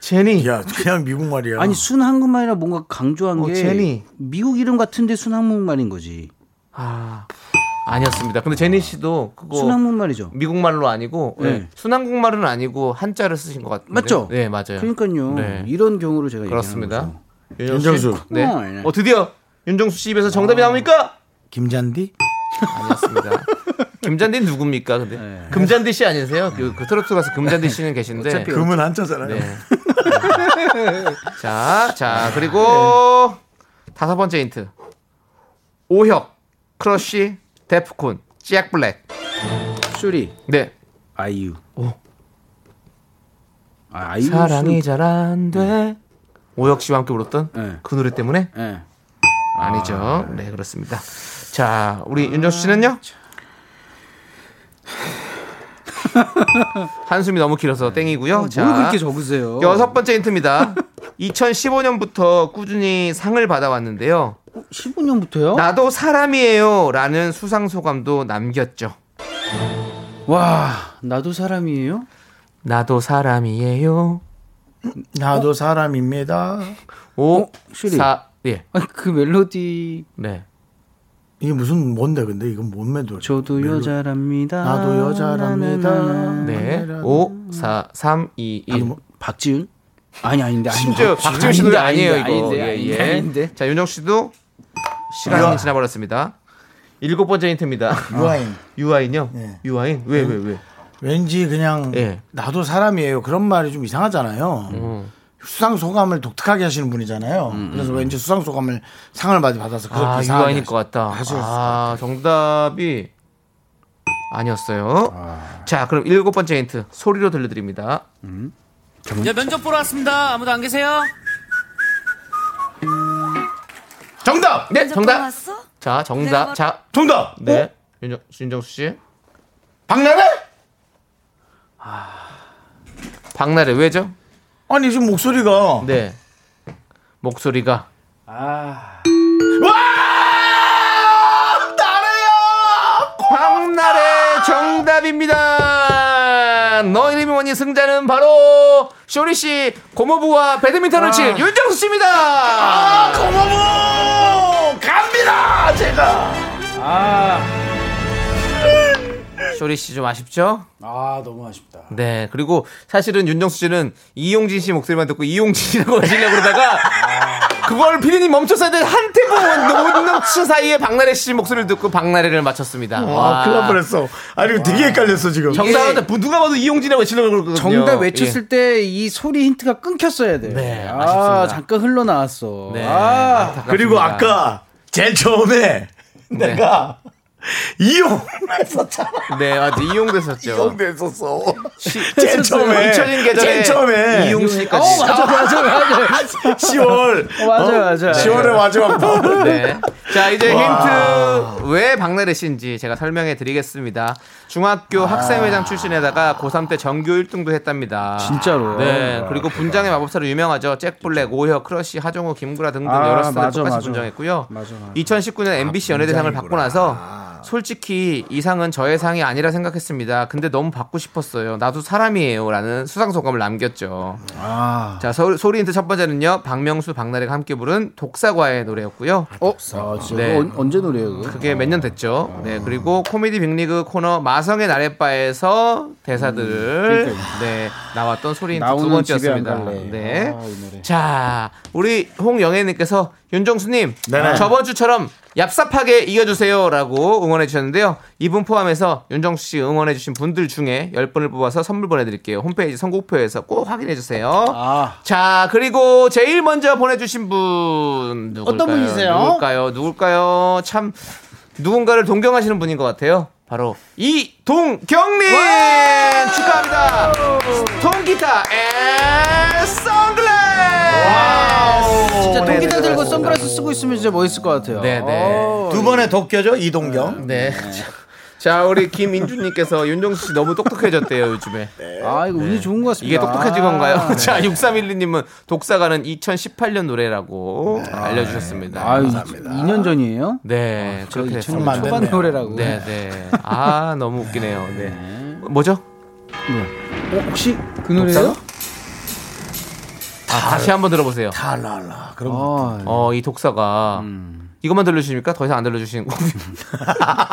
Speaker 2: 제니.
Speaker 1: 야, 그냥 미국 말이야.
Speaker 6: 아니 순 한국말이라 뭔가 강조한
Speaker 2: 어,
Speaker 6: 게
Speaker 2: 제니.
Speaker 6: 미국 이름 같은데 순 한국말인 거지.
Speaker 2: 아. 아니었습니다. 근데 제니 씨도 그거
Speaker 6: 순 한국말이죠.
Speaker 2: 네. 미국말로 아니고
Speaker 6: 네.
Speaker 2: 예. 순한국말은 아니고 한자를 쓰신 것 같은데.
Speaker 6: 맞죠?
Speaker 2: 네, 맞아요.
Speaker 6: 그러니까요.
Speaker 2: 네.
Speaker 6: 이런 경우로 제가
Speaker 2: 그렇습니다.
Speaker 1: 윤정수,
Speaker 2: 네.
Speaker 6: 어, 네.
Speaker 2: 어 드디어 윤정수 씨 입에서 정답이 나옵니까?
Speaker 1: 김잔디?
Speaker 2: 아니었습니다. 김잔디 누굽니까? 근데
Speaker 6: 네.
Speaker 2: 금잔디 씨 아니세요? 그, 그 트로트 가서 금잔디 씨는 계신데.
Speaker 1: 금은 한자잖아요.
Speaker 2: 네. 자,
Speaker 6: 아,
Speaker 2: 자
Speaker 6: 네.
Speaker 2: 그리고 다섯 번째 힌트. 오혁, 크러쉬, 데프콘, 잭 블랙.
Speaker 6: 얘기하는 거죠. 슈리.
Speaker 2: 네.
Speaker 6: 아이유.
Speaker 2: 오.
Speaker 6: 아, 아이유
Speaker 2: 어. 사랑이 잘 안 돼. 오혁 씨와 함께 불렀던
Speaker 6: 네.
Speaker 2: 그 노래 때문에
Speaker 6: 순- 예.
Speaker 2: 아니죠. 네, 그렇습니다. 자, 우리 윤정수 씨는요? [laughs] 한숨이 너무 길어서 땡이고요. 자,
Speaker 6: 뭘 그렇게 적으세요?
Speaker 2: 여섯 번째 힌트입니다. [laughs] 2015년부터 꾸준히 상을 받아왔는데요.
Speaker 6: 15년부터요?
Speaker 2: 나도 사람이에요. 라는 수상소감도 남겼죠.
Speaker 6: 와, 나도 사람이에요?
Speaker 2: 나도 사람이에요.
Speaker 1: 나도 사람입니다.
Speaker 2: 5,
Speaker 6: 슈리.
Speaker 2: 4, 예.
Speaker 6: 아니, 그 멜로디
Speaker 2: 네.
Speaker 1: 이게 무슨 뭔데 근데 이건 뭔 멜로디?
Speaker 6: 저도 여자랍니다.
Speaker 1: 나도 여자랍니다.
Speaker 6: 네.
Speaker 2: 네. 5, 4, 3, 2, 1.
Speaker 6: 박지윤? 아니 아닌데 아니,
Speaker 2: 심지어 박지훈 씨도
Speaker 6: 아닌데,
Speaker 2: 아니에요
Speaker 6: 아닌데,
Speaker 2: 이거.
Speaker 6: 아닌데,
Speaker 2: 예,
Speaker 6: 아닌데,
Speaker 2: 예.
Speaker 6: 아닌데.
Speaker 2: 자 윤정 씨도 시간이 지나버렸습니다. 일곱 번째 힌트입니다.
Speaker 1: 유아인.
Speaker 2: 유아인요?
Speaker 1: 네.
Speaker 2: 유아인? 왜 왜 왜?
Speaker 1: 왠지 그냥
Speaker 2: 예.
Speaker 1: 나도 사람이에요. 그런 말이 좀 이상하잖아요.
Speaker 2: 음.
Speaker 1: 수상 소감을 독특하게 하시는 분이잖아요. 그래서 왠지 수상 소감을 상을 많이 음, 받아서 그렇게
Speaker 2: 아
Speaker 1: 이상하게
Speaker 2: 유아인일
Speaker 1: 하시-
Speaker 2: 것 같다.
Speaker 1: 하셨을 것
Speaker 2: 아 정답이 아니었어요. 자 그럼 일곱 번째 힌트 소리로 들려드립니다.
Speaker 3: 야 면접 보러 왔습니다. 아무도 안 계세요?
Speaker 1: 정답.
Speaker 2: 네 정답.
Speaker 5: 왔어?
Speaker 2: 자 정답.
Speaker 5: 내가
Speaker 2: 자
Speaker 1: 정답. 어?
Speaker 2: 네. 윤정 윤정수 씨.
Speaker 1: 박나래?
Speaker 2: 박나래 왜죠?
Speaker 1: 아니 지금 목소리가
Speaker 2: 네. 목소리가
Speaker 1: 와! 나래야!
Speaker 2: 박나래 정답입니다. 너 이름이 뭐니 승자는 바로 쇼리 씨 고모부와
Speaker 1: 아.
Speaker 2: 배드민턴을 친 윤정수 씨입니다.
Speaker 1: 고모부 아, 갑니다. 제가.
Speaker 2: 아. 쇼리 씨 좀 아쉽죠?
Speaker 1: 아 너무 아쉽다.
Speaker 2: 네. 그리고 사실은 윤정수 씨는 이용진 씨 목소리만 듣고 이용진이라고 하시려고 그러다가
Speaker 1: 아.
Speaker 2: 그걸 피디님 멈췄어야 되는데 한 테고 못 넘친 사이에 박나래 씨 목소리를 듣고 박나래를 맞췄습니다.
Speaker 1: 아, 큰일 날 뻔했어. 아니 이거 되게 헷갈렸어 지금.
Speaker 2: 정답은 누가 봐도 이용진이라고 외치려고 그러거든요.
Speaker 6: [laughs] 정답
Speaker 2: 예.
Speaker 6: 외쳤을 때 이 소리 힌트가 끊겼어야 돼요.
Speaker 2: 네,
Speaker 6: 아,
Speaker 2: 아쉽습니다.
Speaker 6: 잠깐 흘러나왔어.
Speaker 2: 네.
Speaker 6: 아,
Speaker 2: 안타깝습니다.
Speaker 1: 그리고 아까 제일 처음에 내가 이용했었잖아.
Speaker 2: 네, 맞아. 이용됐었죠.
Speaker 1: 이용됐었어.
Speaker 2: 제
Speaker 1: [laughs] 제일 처음에 제일 처음에
Speaker 2: 이용
Speaker 6: 어,
Speaker 2: 씨까지.
Speaker 6: 맞아, 맞아, 맞아.
Speaker 1: 10월
Speaker 6: 어, 맞아요, 맞아요.
Speaker 1: 10월의 마지막 밤.
Speaker 2: [laughs] 네. 자, 이제
Speaker 1: 와.
Speaker 2: 힌트 왜 박나래 씨인지 제가 설명해 드리겠습니다. 중학교
Speaker 6: 아.
Speaker 2: 학생회장 출신에다가 고3 때 전교 1등도 했답니다.
Speaker 6: 진짜로요? 아,
Speaker 2: 네. 그리고 분장의 마법사로 유명하죠. 잭블랙, 오혀, 크러쉬, 하정우, 김구라 등등
Speaker 6: 아,
Speaker 2: 여러 스타를
Speaker 6: 맞아,
Speaker 2: 똑같이
Speaker 6: 맞아.
Speaker 2: 분장했고요.
Speaker 6: 맞아, 맞아.
Speaker 2: 2019년 MBC 연예대상을 받고 나서 솔직히 이 상은 저의 상이 아니라 생각했습니다. 근데 너무 받고 싶었어요. 나도 사람이에요. 라는 수상소감을 남겼죠.
Speaker 6: 아.
Speaker 2: 자, 소, 소리 힌트 첫 번째는요. 박명수, 박나래가 함께 부른 독사과의 노래였고요.
Speaker 6: 어? 아, 진짜
Speaker 2: 네.
Speaker 6: 그거 언- 언제 노래예요, 그거?
Speaker 2: 그게 몇 년 됐죠. 네, 그리고 코미디 빅리그 코너 마성의 나래바에서 대사들을 네, 나왔던 소리 힌트 두
Speaker 6: 나오는 집에 안
Speaker 2: 번째였습니다.
Speaker 6: 갈래.
Speaker 2: 네.
Speaker 6: 아, 이 노래.
Speaker 2: 자, 우리 홍영애님께서 윤정수님
Speaker 1: 네네.
Speaker 2: 저번주처럼 얍삽하게 이겨주세요라고 응원해주셨는데요. 이분 포함해서 윤정수 씨 응원해주신 분들 중에 10분을 뽑아서 선물 보내드릴게요. 홈페이지 선곡표에서 꼭 확인해주세요.
Speaker 6: 아.
Speaker 2: 자, 그리고 제일 먼저 보내주신 분 누굴까요?
Speaker 6: 어떤 분이세요?
Speaker 2: 누굴까요? 누굴까요? 참 누군가를 동경하시는 분인 것 같아요. 바로 이동경님 축하합니다. 통기타 앤 선글라스.
Speaker 6: 진짜
Speaker 2: 네네,
Speaker 6: 동기들 들고
Speaker 2: 그렇습니다.
Speaker 6: 선글라스 쓰고 있으면 진짜 멋있을 것 같아요.
Speaker 2: 네네.
Speaker 1: 두 번의 도쿄죠 이동경.
Speaker 2: 네. 자, 우리 김인주님께서 윤정수 씨 너무 똑똑해졌대요, 요즘에.
Speaker 6: 아 이거 운이 좋은 것 같습니다.
Speaker 2: 이게 똑똑해진 건가요?
Speaker 6: 아.
Speaker 2: [laughs] 자, 6312님은 독사가는 2018년 노래라고 알려주셨습니다.
Speaker 6: 네. 아유, 2년 전이에요?
Speaker 2: 네, 그렇게
Speaker 1: 얼마
Speaker 2: 됐습니다.
Speaker 1: 안
Speaker 6: 초반
Speaker 1: 됐네요.
Speaker 6: 노래라고.
Speaker 2: 네, 네. 아, 너무 웃기네요. 네. 뭐죠?
Speaker 6: 어, 혹시 그 노래요?
Speaker 2: 아, 다시 한번 들어보세요.
Speaker 1: 달랄라. 그럼
Speaker 6: 아,
Speaker 2: 어, 이 독사가 이것만 들려주십니까? 더 이상 안 들려주시는 거군요. [laughs]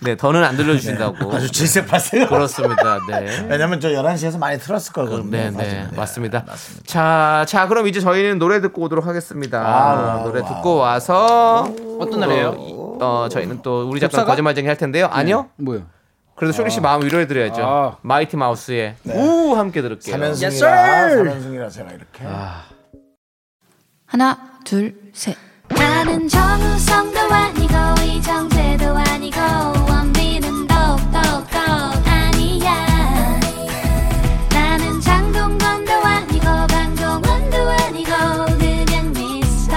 Speaker 2: 네, 더는 안 들려주신다고.
Speaker 1: 아주 질색파세요.
Speaker 2: 네. 그렇습니다. 네.
Speaker 1: 왜냐면 저 11시에서 많이 틀었을 거거든요.
Speaker 2: 네, 네,
Speaker 1: 사실은.
Speaker 2: 맞습니다. 자, 자, 그럼 이제 저희는 노래 듣고 오도록 하겠습니다. 아, 노래 듣고 와서
Speaker 6: 어떤 노래예요?
Speaker 2: 또, 어, 저희는 또 우리 작가 예.
Speaker 6: 독사가?
Speaker 2: 거짓말쟁이 할 텐데요. 아니요.
Speaker 6: 뭐요?
Speaker 2: 그래도 쇼리 씨 마음 위로해 드려야죠.
Speaker 6: 아.
Speaker 2: 마이티 마우스의 우 함께 들을게요.
Speaker 1: 사면승이라 사면승이라 제가 이렇게.
Speaker 7: 하나, 둘, 셋.
Speaker 5: 나는 정우성도 아니고 이정재도 아니고 원빈은 더욱더 아니야 나는 장동건도 아니고 강동원도 아니고 그냥 미스터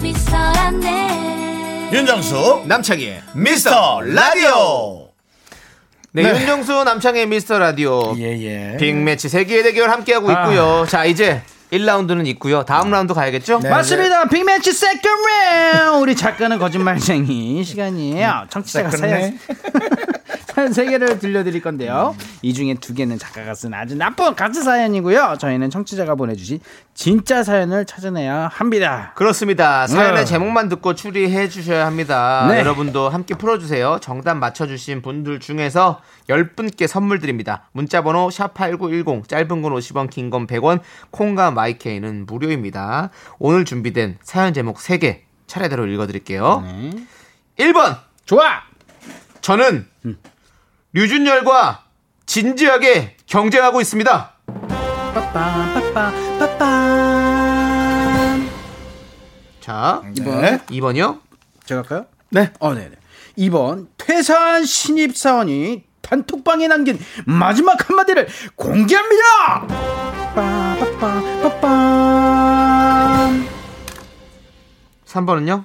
Speaker 5: 미스터란데
Speaker 1: 윤정수 남창희 미스터 라디오.
Speaker 2: 네, 윤정수 남창의 미스터 라디오
Speaker 1: 예예.
Speaker 2: 빅매치 세계의 대결 함께하고 있고요. 자, 이제 1라운드는 있고요. 다음 라운드 가야겠죠?
Speaker 1: 네.
Speaker 6: 맞습니다. 빅매치 세컨 라운드. 우리 작가는 거짓말쟁이 시간이에요. 청취자가
Speaker 1: 세컨
Speaker 6: 사연 [laughs] 사연 세 개를 들려드릴 건데요. 이 중에 두 개는 작가가 쓴 아주 나쁜 가짜 사연이고요. 저희는 청취자가 보내주신 진짜 사연을 찾아내야 합니다.
Speaker 2: 그렇습니다. 사연의
Speaker 6: 네.
Speaker 2: 제목만 듣고 추리해 주셔야 합니다.
Speaker 6: 네.
Speaker 2: 여러분도 함께 풀어주세요. 정답 맞춰주신 분들 중에서 10분께 선물 드립니다. 문자번호 샵8910, 짧은 건 50원, 긴 건 100원, 콩과 마이케이는 무료입니다. 오늘 준비된 사연 제목 3개 차례대로 읽어드릴게요.
Speaker 6: 네.
Speaker 2: 1번!
Speaker 6: 좋아.
Speaker 2: 저는
Speaker 6: 음.
Speaker 2: 류준열과 진지하게 경쟁하고 있습니다.
Speaker 6: 빠빠 빠빠 빠빠.
Speaker 2: 자,
Speaker 6: 이번
Speaker 2: 2번이요?
Speaker 6: 제가 할까요? 네. 어, 네, 네. 2번 퇴사한 신입 사원이 단톡방에 남긴 마지막 한마디를 공개합니다. 빠빠빠빠.
Speaker 2: 3번은요?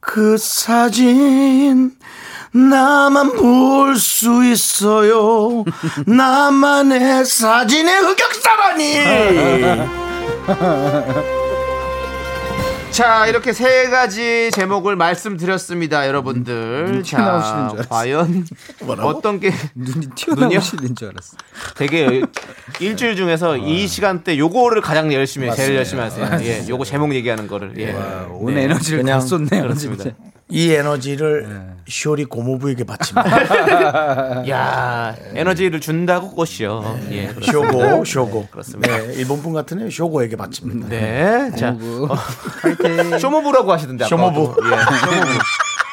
Speaker 1: 그 사진 나만 볼 수 있어요. [laughs] 나만의 사진의 흑역사라니.
Speaker 2: 자 이렇게 세 가지 제목을 말씀드렸습니다 여러분들
Speaker 6: 튀어나오시는 줄 알았어. [laughs]
Speaker 2: 과연 어떤 게
Speaker 6: 눈이
Speaker 2: [laughs] 눈이요?
Speaker 6: 튀어나오시는 아. 줄 알았어.
Speaker 2: 되게 여- 일주일 중에서 이 시간대 요거를 가장 열심히 제일 열심히 하세요 예 요거 제목 얘기하는 거를 예
Speaker 6: 오늘 에너지를 다
Speaker 1: 그냥
Speaker 6: 쏟네요.
Speaker 2: 그렇습니다.
Speaker 6: 진짜.
Speaker 1: 이 에너지를 쇼리 고모부에게 바칩니다.
Speaker 2: 야
Speaker 6: 아.
Speaker 2: 에너지를 준다고 꽃이요
Speaker 6: 네,
Speaker 2: 예 그렇습니다.
Speaker 1: 쇼고, 쇼고.
Speaker 2: 그렇습니다.
Speaker 1: 네, 일본 분 같은 애 쇼고에게 바칩니다.
Speaker 2: 네자 어.
Speaker 6: 파이팅.
Speaker 2: 쇼모부라고 하시던데 아까.
Speaker 1: 쇼모부.
Speaker 2: 예 쇼모부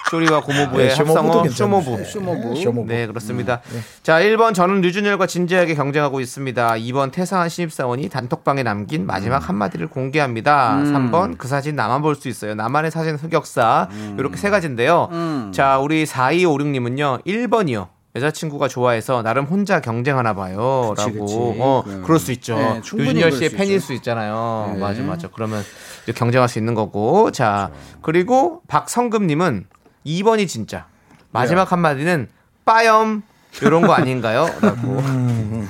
Speaker 2: 쇼리와 고모부의
Speaker 1: 네, 쇼모부도
Speaker 2: 합성어
Speaker 1: 괜찮네.
Speaker 2: 쇼모부
Speaker 6: 쇼모부.
Speaker 1: 쇼모부. 음,
Speaker 2: 네, 그렇습니다. 자, 1번 저는 류준열과 진지하게 경쟁하고 있습니다. 2번 퇴사한 신입사원이 단톡방에 남긴 마지막
Speaker 1: 음.
Speaker 2: 한마디를 공개합니다.
Speaker 6: 음.
Speaker 2: 3번 그 사진 나만 볼 수 있어요. 나만의 사진 흑역사.
Speaker 1: 음.
Speaker 2: 이렇게 세 가지인데요.
Speaker 6: 음.
Speaker 2: 자, 우리 4256님은요. 1번이요. 여자친구가 좋아해서 나름 혼자 경쟁하나 봐요.
Speaker 6: 그치,
Speaker 2: 라고.
Speaker 6: 그치.
Speaker 2: 어,
Speaker 6: 네.
Speaker 2: 그럴 수 있죠.
Speaker 6: 네, 충분히
Speaker 2: 류준열
Speaker 6: 그럴
Speaker 2: 씨의
Speaker 6: 수
Speaker 2: 팬일
Speaker 6: 있죠. 네.
Speaker 2: 수 있잖아요. 맞아, 맞아. 그러면 이제 경쟁할 수 있는 거고. 자,
Speaker 6: 그렇죠.
Speaker 2: 그리고 박성금님은 2번이 진짜. 마지막 한마디는 빠염 요런 거
Speaker 6: [laughs]
Speaker 2: 아닌가요? 라고.
Speaker 6: 음.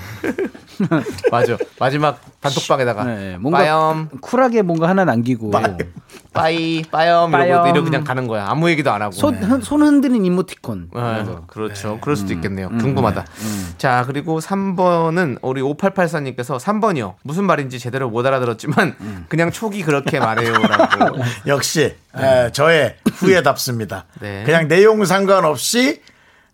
Speaker 2: 맞아. 마지막 단톡방에다가
Speaker 6: 네, 뭔가
Speaker 2: 빠염,
Speaker 6: 쿨하게 뭔가 하나 남기고
Speaker 2: 빠이, 빠염 이러고
Speaker 6: 빠염.
Speaker 2: 이러고 그냥 가는 거야. 아무 얘기도 안 하고.
Speaker 6: 손, 흔- 손 흔드는 이모티콘.
Speaker 2: 네, 그렇죠. 그럴 수도 있겠네요. 음. 궁금하다. 자, 그리고 3번은 우리 5884님께서 3번이요. 무슨 말인지 제대로 못 알아들었지만 그냥 촉이 그렇게 [laughs] 말해요라고.
Speaker 1: 역시 에, 저의 후회답습니다.
Speaker 2: 네.
Speaker 1: 그냥 내용 상관없이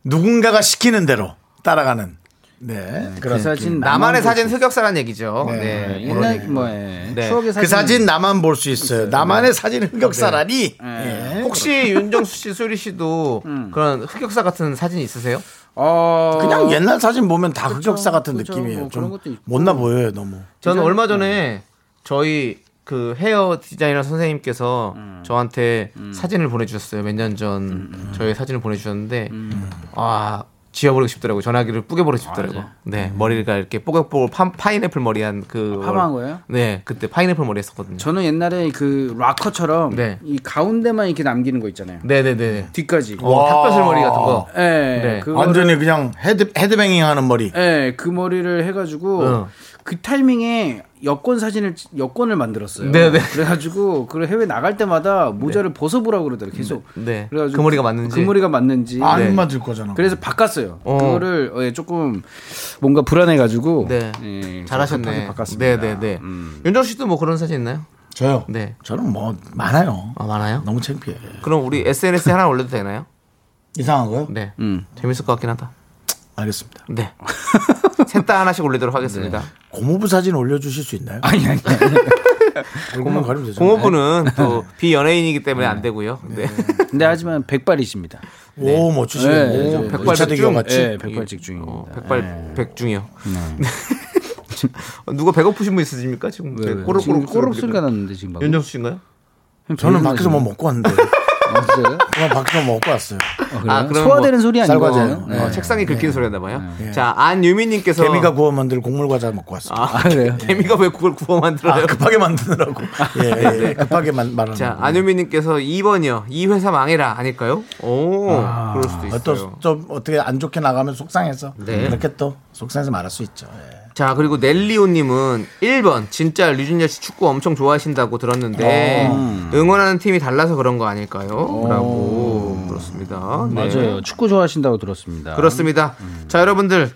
Speaker 1: 누군가가 시키는 대로 따라가는. 네,
Speaker 6: 그
Speaker 1: 그런
Speaker 6: 사진
Speaker 2: 나만의
Speaker 6: 나만
Speaker 2: 사진 흑역사란 얘기죠. 네.
Speaker 6: 볼 수- 옛날 뭐 예.
Speaker 2: 네.
Speaker 6: 추억의 사진.
Speaker 1: 그 사진 나만 볼 수 있어요. 나만의 사진 흑역사라니. 예.
Speaker 2: 혹시 윤정수 씨, 수리 씨도 그런 흑역사 같은 사진 있으세요?
Speaker 6: 어...
Speaker 1: 그냥 옛날 사진 보면 다 흑역사 같은
Speaker 6: 그쵸.
Speaker 1: 느낌이에요.
Speaker 6: 뭐 그런
Speaker 1: 좀
Speaker 6: 것도 있고.
Speaker 1: 못나 보여요, 너무.
Speaker 2: 저는 얼마 전에
Speaker 6: 음.
Speaker 2: 저희 그 헤어 디자이너 선생님께서
Speaker 6: 음.
Speaker 2: 저한테 사진을 보내주셨어요. 몇 년 전 저희 사진을 보내주셨는데, 아, 지워버리고 싶더라고요. 전화기를 뿌개버리고 싶더라고요.
Speaker 6: 음. 맞아요. 음.
Speaker 2: 네, 머리가 이렇게 뽀글뽀글 파, 파인애플 머리한 그.
Speaker 6: 아, 파마한 거예요?
Speaker 2: 네, 그때 파인애플 머리 했었거든요.
Speaker 6: 저는 옛날에 그 락커처럼
Speaker 2: 네.
Speaker 6: 이 가운데만 이렇게 남기는 거 있잖아요.
Speaker 2: 네네네.
Speaker 6: 뒤까지.
Speaker 2: 어, 탁뼈슬 머리 같은 거.
Speaker 6: 예.
Speaker 2: 네.
Speaker 6: 그거를-
Speaker 1: 완전히 그냥 헤드 헤드뱅잉 하는 머리.
Speaker 6: 예, 그 머리를 해가지고
Speaker 2: 어.
Speaker 6: 그 타이밍에 여권 사진을 찍- 여권을 만들었어요.
Speaker 2: 네네.
Speaker 6: 그래가지고 그 해외 나갈 때마다 모자를 벗어보라고 그러더라고 요 계속.
Speaker 2: 네. 그 머리가 맞는지.
Speaker 6: 그 머리가 맞는지.
Speaker 1: 안
Speaker 2: 네.
Speaker 1: 맞을 거잖아.
Speaker 6: 그래서 바꿨어요.
Speaker 2: 어.
Speaker 6: 그거를 어, 예, 조금 뭔가 불안해가지고.
Speaker 2: 네.
Speaker 6: 예, 급하게
Speaker 2: 잘하셨네.
Speaker 6: 바꿨습니다. 음.
Speaker 2: 네네네. 윤정 씨도 뭐 그런 사진 있나요?
Speaker 1: 저요.
Speaker 2: 네.
Speaker 1: 저는 뭐 많아요.
Speaker 2: 아, 많아요?
Speaker 1: 너무 창피해.
Speaker 2: 그럼 우리 SNS에 하나 올려도 되나요?
Speaker 1: 이상한 거요?
Speaker 2: 네.
Speaker 6: 음.
Speaker 2: 재밌을 것 같긴 하다.
Speaker 1: 알겠습니다.
Speaker 2: 네. [laughs] 셋 다 하나씩 올리도록 하겠습니다.
Speaker 1: 고모부 사진 올려주실 수 있나요?
Speaker 6: 아니 아니. 아니.
Speaker 1: [laughs] 얼굴만 가리면 되죠.
Speaker 2: 공업부는 또 비연예인이기 때문에 안 되고요. 네.
Speaker 6: 근데 하지만 백발이십니다.
Speaker 1: 오 멋지시네.
Speaker 6: 네, 저
Speaker 1: 오,
Speaker 2: 어, 백발
Speaker 1: 이차 대결
Speaker 2: 백중. 네,
Speaker 1: 같이. 네,
Speaker 6: 예, 백발직 중입니다.
Speaker 2: 어, 백발 백중이요. 네. [laughs] 어, 누가 배고프신 분 있으십니까 지금?
Speaker 6: 왜, 왜? 네. 지금
Speaker 2: 네, 꼬르꼬르
Speaker 6: 꼬르륵 소리가 났는데 지금 방금.
Speaker 2: 윤정수 씨인가요?
Speaker 1: 저는 밖에서 뭐 먹고 왔는데.
Speaker 6: 네, [laughs] 아, 진짜요?
Speaker 1: 그냥 밖에서 뭐 먹고 왔어요.
Speaker 2: 아,
Speaker 6: 아,
Speaker 2: 그럼
Speaker 6: 소화되는 소리 아니고 네.
Speaker 1: 쌀과자예요.
Speaker 2: 어, 책상이 긁히는 소리였나 봐요. 자 안유미님께서
Speaker 1: 네. 개미가 구워 만들 곡물 과자 먹고 왔어요.
Speaker 2: 아, 그래요? [laughs] 개미가 왜 그걸 구워
Speaker 1: 아, 음.
Speaker 2: 만들어요?
Speaker 1: 급하게 만드느라고.
Speaker 6: 아,
Speaker 1: 예,
Speaker 6: 네.
Speaker 1: 예, 예. 급하게 만, 말하는.
Speaker 2: 자
Speaker 1: 거군요.
Speaker 2: 안유미님께서 2번이요. 이 회사 망해라 아닐까요? 오 그럴 수도 있어요.
Speaker 1: 또, 좀 어떻게 안 좋게 나가면 속상해서
Speaker 2: 네.
Speaker 1: 그렇게 또 속상해서 말할 수 있죠. 예.
Speaker 2: 자 그리고 넬리오님은 1번 진짜 류준열 씨 축구 엄청 좋아하신다고 들었는데 응원하는 팀이 달라서 그런 거 아닐까요?라고 그렇습니다. 네.
Speaker 6: 맞아요. 축구 좋아하신다고 들었습니다.
Speaker 2: 그렇습니다. 음. 자 여러분들,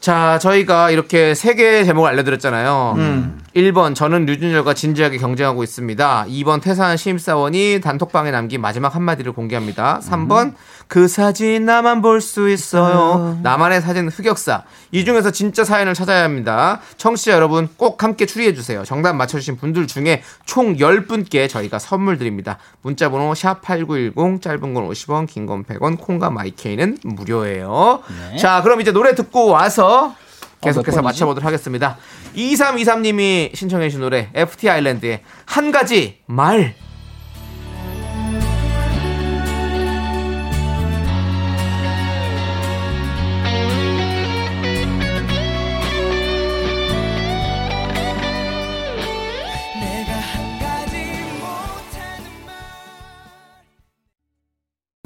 Speaker 2: 자 저희가 이렇게 세 개의 제목을 알려드렸잖아요. 음. 1번 저는 류준열과 진지하게 경쟁하고 있습니다. 2번 퇴사한 신입사원이 단톡방에 남긴 마지막 한마디를 공개합니다. 3번 그 사진 나만 볼 수 있어요. 나만의 사진 흑역사. 이 중에서 진짜 사연을 찾아야 합니다. 청취자 여러분 꼭 함께 추리해 주세요. 정답 맞춰주신 분들 중에 총 10분께 저희가 선물 드립니다. 문자번호 샵8910 짧은 건 50원 긴 건 100원 콩과 마이케이는 무료예요. 자 그럼 이제 노래 듣고 와서 계속해서 맞춰보도록 하겠습니다. 2323님이 신청해 주신 노래 FT 아일랜드의 한 가지 말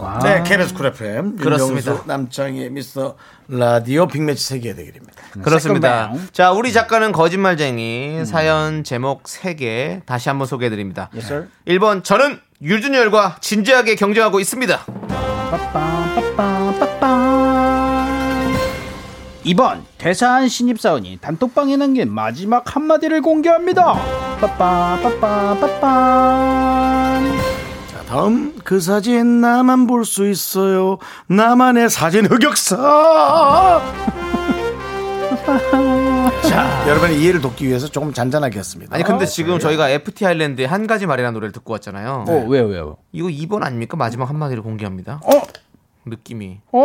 Speaker 6: 아.
Speaker 1: 네, KBS 쿨 FM
Speaker 2: 그렇습니다.
Speaker 1: 윤정수, 남창희 미스터 라디오 빅매치 세계 대결입니다.
Speaker 2: 그렇습니다. 자, 우리 작가는 거짓말쟁이 사연 제목 3개 다시 한번 소개해 드립니다. 1번 저는 유준열과 진지하게 경쟁하고 있습니다.
Speaker 6: 2번 퇴사한 신입사원이 단톡방에 남긴 마지막 한마디를 공개합니다. 빠빠빠빠빠빠.
Speaker 1: 자, 다음 그 사진 나만 볼 수 있어요. 나만의 사진
Speaker 6: [laughs]
Speaker 1: 흑역사. 자, 여러분의 이해를 돕기 위해서 조금 잔잔하게 했습니다.
Speaker 2: 아니 근데 지금 저희가 FT 아일랜드의 한 가지 말이라는 노래를 듣고 왔잖아요.
Speaker 6: 어 왜요 왜요?
Speaker 2: 이거 2번 아닙니까? 마지막 한마디를 공개합니다. 느낌이
Speaker 6: 어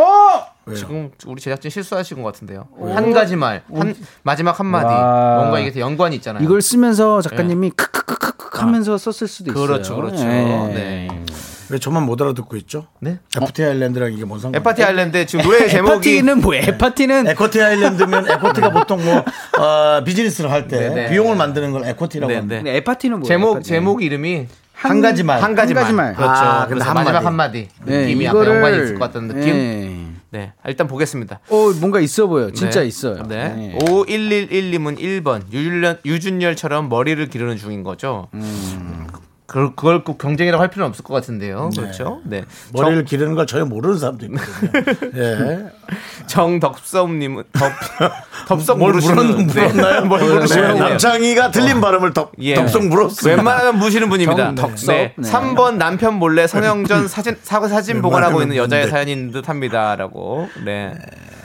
Speaker 2: 지금 우리 제작진 실수하신 것 같은데요. 한 가지 말, 한 마지막 한마디
Speaker 6: 어? 와.
Speaker 2: 뭔가 이게 연관이 있잖아요.
Speaker 6: 이걸 쓰면서 작가님이 크크크크크 하면서 썼을 수도 있어요.
Speaker 2: 그렇죠, 그렇죠.
Speaker 6: 예.
Speaker 2: 네.
Speaker 1: 왜 저만 못 알아듣고 있죠?
Speaker 2: 네?
Speaker 1: FT 아일랜드랑 이게 뭔 상관?
Speaker 2: FT 아일랜드 지금
Speaker 6: [laughs]
Speaker 2: 노래 제목이
Speaker 6: 에파티는 뭐예요?
Speaker 1: [laughs]
Speaker 6: 에파티는
Speaker 1: 에코티 아일랜드면 에코티가 보통 뭐 어, 비즈니스를 할 때
Speaker 2: 네. 네네.
Speaker 1: 비용을 만드는 걸 에코티라고
Speaker 2: 네,
Speaker 1: 합니다.
Speaker 2: 네.
Speaker 6: 네, 에파티는 뭐예요?
Speaker 2: 제목
Speaker 6: 에파티는?
Speaker 2: 제목 이름이
Speaker 1: 한 가지 말.
Speaker 2: 한 가지
Speaker 6: 한 가지
Speaker 2: 말.
Speaker 6: 말.
Speaker 2: 그렇죠.
Speaker 1: 아, 근데
Speaker 2: 그래서
Speaker 1: 한
Speaker 2: 마지막
Speaker 1: 마디.
Speaker 2: 한마디.
Speaker 6: 네,
Speaker 2: 느낌이
Speaker 6: 이거를-
Speaker 2: 약간 연관이 있을 것 같다는 느낌.
Speaker 6: 예.
Speaker 2: 네. 아, 일단 보겠습니다.
Speaker 6: 어 뭔가 있어 보여. 진짜
Speaker 2: 네.
Speaker 6: 있어요.
Speaker 2: 네.
Speaker 6: 예.
Speaker 2: 5111님은 1번 유준열, 유준열처럼 머리를 기르는 중인 거죠.
Speaker 1: 음.
Speaker 2: 그, 그걸 꼭 경쟁이라고 할 필요는 없을 것 같은데요. 그렇죠? 네.
Speaker 1: 머리를 기르는 걸 전혀 모르는 사람도 있거든요.
Speaker 2: [laughs]
Speaker 1: 예.
Speaker 2: 정, 덕섭님은
Speaker 1: [laughs]
Speaker 2: 덥, 덥석
Speaker 1: 뭘 물었,
Speaker 2: 모르시는
Speaker 1: 물었나요?
Speaker 2: 네. 뭘 모르시는 분이에요.
Speaker 1: 남창희가 틀린 발음을 덕,
Speaker 2: 예.
Speaker 1: 덕성 물었어요.
Speaker 2: 웬만하면 무시는 분입니다.
Speaker 6: 정덕섭.
Speaker 2: 네.
Speaker 6: 네.
Speaker 2: 3번 남편
Speaker 1: [laughs]
Speaker 2: 몰래 성형전 사진 사고 사진 보관하고 있는 여자의 사연인 듯합니다라고. 네.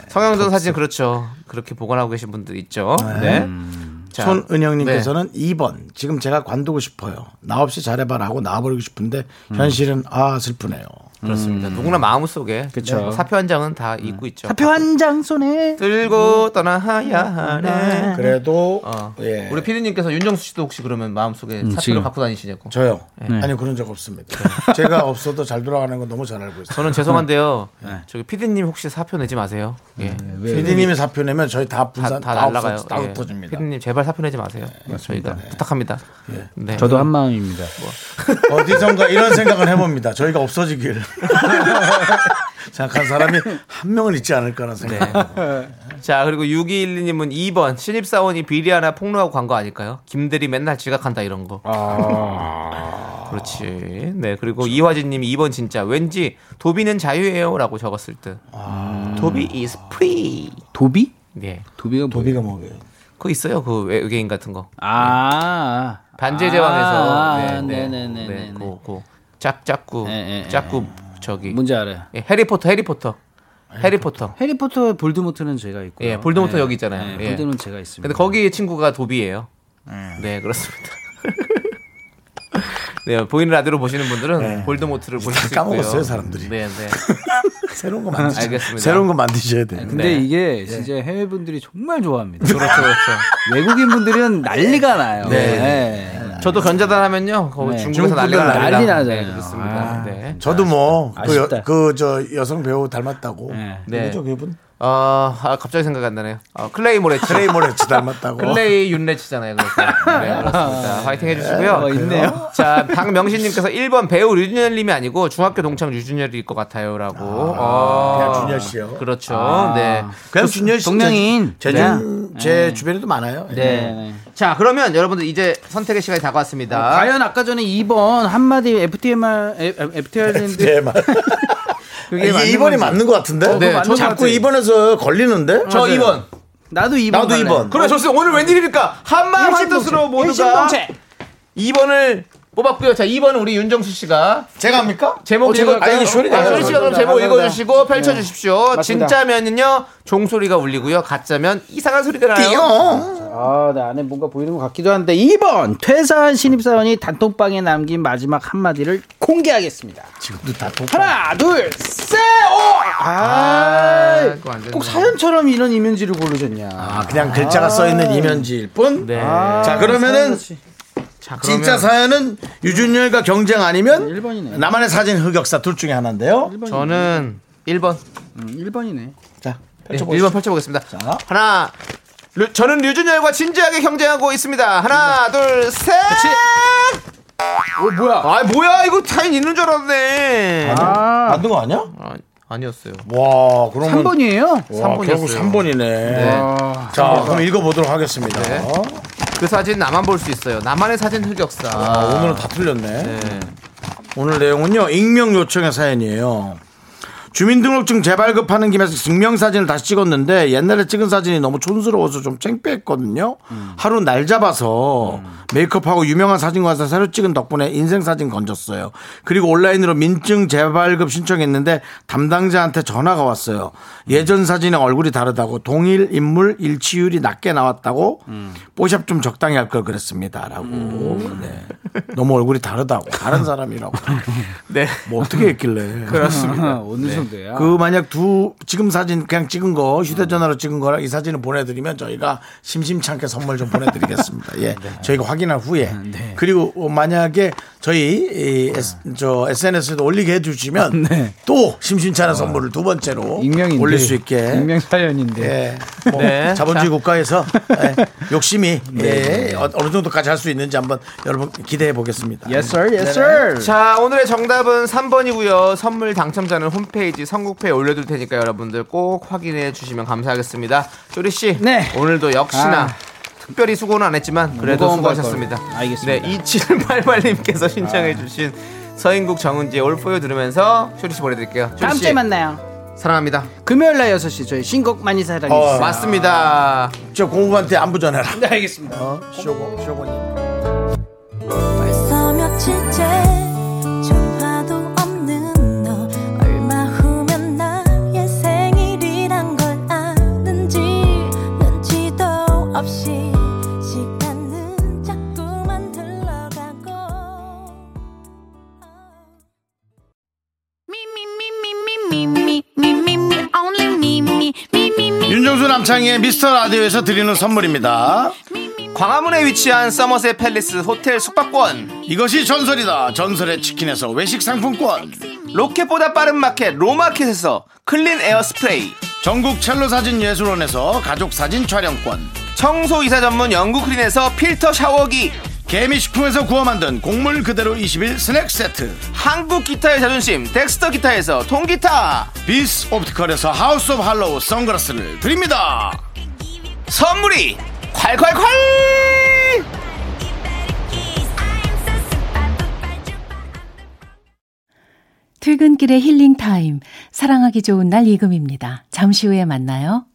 Speaker 2: 성형전 사진 그렇죠. 그렇게 보관하고 계신 분들 있죠. 네.
Speaker 1: 음.
Speaker 2: 자,
Speaker 1: 손은영님께서는
Speaker 2: 네.
Speaker 1: 2번 지금 제가 관두고 싶어요. 나 없이 잘해봐라고 나와버리고 싶은데 현실은 아 슬프네요.
Speaker 2: 음. 그렇습니다. 누구나 마음속에 네.
Speaker 6: 그쵸. 음.
Speaker 2: 사표 한 장은 다 있고 있죠.
Speaker 6: 사표 한 음. 장 손에
Speaker 2: 들고 떠나야 하네.
Speaker 1: 그래도
Speaker 2: 어.
Speaker 1: 예.
Speaker 2: 우리 피디님께서 윤정수 씨도 혹시 그러면 마음속에 사표를
Speaker 6: 지금.
Speaker 2: 갖고 다니시냐고.
Speaker 1: 저요.
Speaker 2: 네.
Speaker 1: 아니 그런 적 없습니다. 제가 없어도 잘 돌아가는 건 너무 잘 알고 있어요.
Speaker 2: 저는
Speaker 6: [laughs]
Speaker 2: 죄송한데요.
Speaker 6: 네.
Speaker 2: 저기 피디님 혹시 사표 내지 마세요. 예.
Speaker 1: 피디님이 사표 내면 저희 다
Speaker 2: 다,
Speaker 1: 분산
Speaker 2: 다
Speaker 1: 다,
Speaker 2: 날라가요.
Speaker 1: 없어, 다
Speaker 2: 예.
Speaker 1: 흩어집니다.
Speaker 2: 피디님 제발 사표 내지 마세요.
Speaker 6: 네,
Speaker 2: 저희가 부탁합니다.
Speaker 6: 예.
Speaker 2: 네.
Speaker 6: 저도 한 마음입니다.
Speaker 1: 어디선가 이런 생각을 해봅니다. 저희가 없어지길 [laughs] 생각한 사람이 한 명은 있지 않을까라는
Speaker 2: 네.
Speaker 1: 생각.
Speaker 2: 자 그리고 6212님은 2번 신입사원이 비리 하나 폭로하고 간 거 아닐까요? 김대리 맨날 지각한다 이런 거. [laughs] 그렇지. 네 그리고 이화진님이 2번 진짜 왠지 도비는 자유예요라고 적었을 듯. 도비 is free.
Speaker 6: 도비?
Speaker 2: 네.
Speaker 6: 도비가 뭐?
Speaker 1: 도비가 뭐예요?
Speaker 2: 그거 있어요 그 외- 외계인 같은 거.
Speaker 6: 아
Speaker 2: 반지의 제왕에서
Speaker 6: 아,
Speaker 2: 네, 네,
Speaker 6: 네네네네.
Speaker 2: 네, 예, 그, 그 짝짝구
Speaker 6: 네, 네,
Speaker 2: 짝구 저기
Speaker 6: 뭔지 알아요.
Speaker 2: 예, 해리포터 해리포터 해리포터
Speaker 6: 해리포터의 볼드모트는 제가 있고.
Speaker 2: 예, 볼드모트 여기 있잖아요. 예.
Speaker 6: 볼드는 제가 있습니다.
Speaker 2: 근데 거기 친구가 도비예요. 네 그렇습니다. [laughs] 네 보이는 라디오로 보시는 분들은 볼드모트를 보실 수 있고요.
Speaker 1: 네. 까먹었어요, 사람들이.
Speaker 2: 네 네.
Speaker 1: 새로운 거 만드셔.
Speaker 2: 알겠습니다.
Speaker 1: 새로운 거 만드셔야 돼요.
Speaker 6: 근데
Speaker 2: 네.
Speaker 6: 이게 진짜 해외 분들이 정말 좋아합니다.
Speaker 2: 그렇죠 그렇죠.
Speaker 6: 외국인 [laughs] 분들은 난리가 나요.
Speaker 2: 네.
Speaker 6: 네.
Speaker 2: 저도 견자단 하면요. 거기
Speaker 6: 네.
Speaker 2: 중국에서 난리가
Speaker 1: 중국보다
Speaker 2: 납니다.
Speaker 6: 난리 나잖아요.
Speaker 2: 네, 그렇습니다. 네.
Speaker 1: 저도 뭐
Speaker 6: 아쉽다.
Speaker 1: 뭐그저 여성 배우 닮았다고.
Speaker 6: 네.
Speaker 2: 네.
Speaker 1: 누구죠 그분?
Speaker 2: 어, 아, 갑자기 생각 안 나네요. 어, 클레이 모레츠.
Speaker 1: 클레이 모레츠 닮았다고.
Speaker 2: 클레이 윤레치잖아요. 그래서. 네, 그렇습니다. 화이팅 해주시고요.
Speaker 6: 어, 있네요.
Speaker 2: 자, 박명신님께서 1번 배우 류준열님이 아니고 중학교 동창 류준열일 것 같아요라고. 어,
Speaker 1: 그냥 준열 씨요.
Speaker 2: 그렇죠. 네.
Speaker 1: 그냥 준열 씨.
Speaker 6: 동명이인.
Speaker 1: 제, 주- 제 주변에도 많아요. 예.
Speaker 2: 네.
Speaker 6: 네.
Speaker 2: 자, 그러면 여러분들 이제 선택의 시간이 다가왔습니다.
Speaker 6: 과연 아까 전에 2번 한마디 FTMR, FTR인데
Speaker 1: 네, 맞-
Speaker 6: 그게 맞는
Speaker 1: 이게 2번이
Speaker 6: 건지.
Speaker 1: 맞는 것 같은데?
Speaker 6: 그거
Speaker 2: 네,
Speaker 6: 맞는
Speaker 1: 저
Speaker 6: 것
Speaker 1: 자꾸
Speaker 6: 같아요.
Speaker 1: 2번에서 걸리는데?
Speaker 2: 저 2번.
Speaker 6: 나도 2번.
Speaker 1: 나도
Speaker 6: 갈래.
Speaker 1: 2번.
Speaker 2: 그래, 좋습니다. 오늘 뭐? 웬일입니까? 한마음
Speaker 6: 일심동체.
Speaker 2: 한뜻으로 모두가
Speaker 6: 일심동체.
Speaker 2: 2번을 뽑았고요. 자, 2번은 우리 윤정수 씨가
Speaker 1: 제가 합니까?
Speaker 2: 제목
Speaker 1: 어, 제가-
Speaker 2: 읽을까요?
Speaker 1: 아니, 쇼리
Speaker 2: 아,
Speaker 1: 나요.
Speaker 2: 쇼리 네. 씨가 그럼
Speaker 1: 감사합니다.
Speaker 2: 제목
Speaker 1: 감사합니다.
Speaker 2: 읽어주시고 펼쳐주십시오.
Speaker 6: 맞습니다.
Speaker 2: 진짜면은요 종소리가 울리고요, 가짜면 이상한 소리가 나요.
Speaker 1: 어?
Speaker 6: 아, 내 안에 뭔가 보이는 것 같기도 한데 2번 퇴사한 신입사원이 단톡방에 남긴 마지막 한마디를 공개하겠습니다.
Speaker 1: 지금도 다 똑.
Speaker 6: 하나, 둘, 셋, 오! 아,
Speaker 2: 그거 안 되네.
Speaker 6: 꼭 사연처럼 이런 이면지를 고르셨냐?
Speaker 1: 아, 그냥 글자가 써 있는 이면지일 뿐.
Speaker 2: 네.
Speaker 1: 자, 그러면은
Speaker 2: 자, 그러면
Speaker 1: 진짜 사연은 유준열과 경쟁 아니면
Speaker 6: 일본이네.
Speaker 1: 나만의 사진 흑역사 둘 중에 하나인데요.
Speaker 2: 저는 1번.
Speaker 6: 음, 1번이네.
Speaker 1: 자,
Speaker 2: 네,
Speaker 1: 펼쳐보시죠.
Speaker 2: 1번 펼쳐보겠습니다. 하나. 류- 저는 류준열과 진지하게 경쟁하고 있습니다. 하나, 둘, 셋.
Speaker 6: 어, 뭐야?
Speaker 2: 아, 뭐야? 이거 타인 있는 줄 알았네.
Speaker 6: 아,
Speaker 1: 맞는 거 아니야?
Speaker 2: 아, 아니었어요.
Speaker 1: 와, 그러면
Speaker 6: 3번이에요?
Speaker 1: 와, 결국
Speaker 2: 3번이었어요.
Speaker 1: 3번이네. 자, 그럼 읽어보도록 하겠습니다.
Speaker 2: 네. 그 사진 나만 볼 수 있어요. 나만의 사진 흑역사.
Speaker 1: 아, 오늘은 다 틀렸네.
Speaker 2: 네.
Speaker 1: 오늘 내용은요 익명 요청의 사연이에요. 주민등록증 재발급하는 김에서 증명사진을 다시 찍었는데 옛날에 찍은 사진이 너무 촌스러워서 좀 창피했거든요. 하루 날 잡아서 메이크업하고 유명한 사진관에서 새로 찍은 덕분에 인생사진 건졌어요. 그리고 온라인으로 민증 재발급 신청했는데 담당자한테 전화가 왔어요. 예전 사진이랑 얼굴이 다르다고 동일 인물 일치율이 낮게 나왔다고 뽀샵 좀 적당히 할 걸 그랬습니다. 라고. 네. 너무 얼굴이 다르다고. 다른 사람이라고.
Speaker 2: 네.
Speaker 1: 뭐 어떻게 했길래.
Speaker 6: 아, 어느 정도야?
Speaker 1: 그 만약 두 지금 사진 그냥 찍은 거 휴대전화로 찍은 거랑 이 사진을 보내드리면 저희가 심심찮게 선물 좀 보내드리겠습니다.
Speaker 6: [laughs]
Speaker 1: 예,
Speaker 6: 네.
Speaker 1: 저희가 확인한 후에
Speaker 6: 음,
Speaker 1: 그리고 어, 만약에 저희 이 S, 저 SNS에도 올리게 해주시면
Speaker 6: [laughs] 네. 어,
Speaker 1: 또 심심찮은 선물을 두 번째로
Speaker 6: 익명인데.
Speaker 1: 올릴 수 있게.
Speaker 6: 익명 [laughs] 사연인데.
Speaker 1: 예, 뭐
Speaker 2: 네.
Speaker 1: 자본주의 국가에서 예,
Speaker 6: [laughs]
Speaker 1: 욕심이
Speaker 6: 네,
Speaker 1: 예, 어- 어느 정도까지 할 수 있는지 한번 여러분 기대해 보겠습니다. 네,
Speaker 6: Yes sir, yes sir.
Speaker 2: 자, 오늘의 정답은 3번이고요. 선물 당첨자는 홈페이지 선곡표에 올려둘 테니까 여러분들 꼭 확인해 주시면 감사하겠습니다. 쇼리 씨,
Speaker 6: 네.
Speaker 2: 오늘도 역시나
Speaker 6: 아.
Speaker 2: 특별히 수고는 안 했지만 그래도
Speaker 6: 무거운 걸
Speaker 2: 수고하셨습니다.
Speaker 6: 걸. 알겠습니다.
Speaker 2: 네, 2788님께서 신청해 주신 서인국 정은지의 올포유 들으면서 쇼리 씨 보내드릴게요. 쇼리
Speaker 6: 다음
Speaker 2: 씨,
Speaker 6: 주에 만나요.
Speaker 2: 사랑합니다. 어,
Speaker 6: 금요일 날 6시 저희 신곡 많이 사랑해주세요.
Speaker 2: 맞습니다.
Speaker 1: 저 공부한테 안부 전해라.
Speaker 6: 네, 알겠습니다.
Speaker 1: 어, 쇼고 쇼고님.
Speaker 7: 벌써 며칠째 전화도 없는 너 얼마 후면 나의 생일이란 걸 아는지 눈치도 없이 시간은 자꾸만 흘러가고
Speaker 5: Me, me,
Speaker 7: me, me, me, me, me, only me, me, me, me, me.
Speaker 1: 윤정수 남창희의 미스터 라디오에서 드리는 선물입니다.
Speaker 2: 광화문에 위치한 서머셋 팰리스 호텔 숙박권
Speaker 1: 이것이 전설이다. 전설의 치킨에서 외식 상품권.
Speaker 2: 로켓보다 빠른 마켓 로마켓에서 클린 에어 스프레이
Speaker 1: 전국 첼로 사진 예술원에서 가족 사진 촬영권.
Speaker 2: 청소이사 전문 영국크린에서 필터 샤워기
Speaker 1: 개미식품에서 구워 만든 곡물 그대로 20일 스낵 세트.
Speaker 2: 한국 기타의 자존심 덱스터 기타에서 통기타
Speaker 1: 비스 옵티컬에서 하우스 오브 할로우 선글라스를 드립니다.
Speaker 2: 선물이 콸콸콸
Speaker 8: 퇴근길의 힐링 타임. 사랑하기 좋은 날 이금입니다. 잠시 후에 만나요.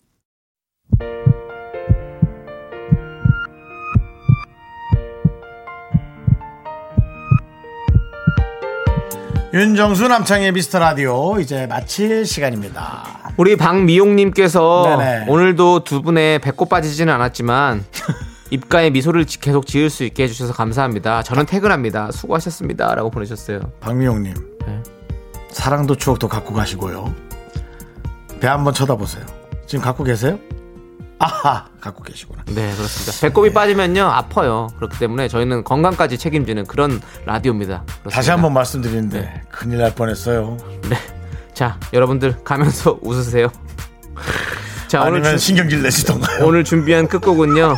Speaker 1: 윤정수 남창희의 미스터 라디오 이제 마칠 시간입니다.
Speaker 2: 우리 박미용님께서
Speaker 1: 네네.
Speaker 2: 오늘도 두 분의 배꼽 빠지지는 않았지만 [laughs] 입가에 미소를 지- 계속 지을 수 있게 해주셔서 감사합니다. 저는 퇴근합니다. 수고하셨습니다라고 보내셨어요.
Speaker 1: 박미용님.
Speaker 2: 네.
Speaker 1: 사랑도 추억도 갖고 가시고요. 배 한번 쳐다보세요. 지금 갖고 계세요? 아하, 갖고 계시구나.
Speaker 2: 네 그렇습니다. 배꼽이 빠지면요 아파요. 그렇기 때문에 저희는 건강까지 책임지는 그런 라디오입니다. 그렇습니다. 네.
Speaker 1: 다시 한번 말씀드리는데 큰일 날 뻔했어요.
Speaker 2: 자 여러분들 가면서 [laughs] 웃으세요. 자 오늘
Speaker 1: 아니면
Speaker 2: 주-
Speaker 1: 신경질 내시던가요?
Speaker 2: 오늘 준비한 끝곡은요.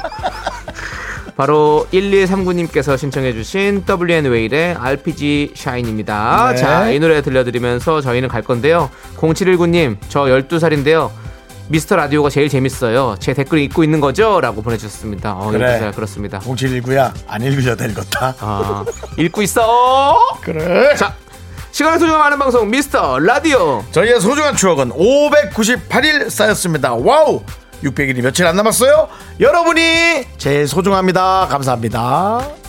Speaker 2: 바로 1239님께서 신청해주신 WN 웨일의 RPG 샤인입니다.
Speaker 1: 네.
Speaker 2: 자, 이 노래 들려드리면서 저희는 갈 건데요. 0719님, 저 12살인데요. 미스터 라디오가 제일 재밌어요. 제 댓글 읽고 있는 거죠? 라고 보내주셨습니다. 어,
Speaker 1: 그래.
Speaker 2: 12살, 그렇습니다.
Speaker 1: 0719야, 안 읽으려다 읽었다.
Speaker 2: 아, 읽고 있어!
Speaker 1: 그래.
Speaker 2: 자, 시간을 소중한 많은 방송, 미스터 라디오!
Speaker 1: 저희의 소중한 추억은 598일 쌓였습니다. 와우! 600일이 며칠 안 남았어요? 여러분이 제일 소중합니다. 감사합니다.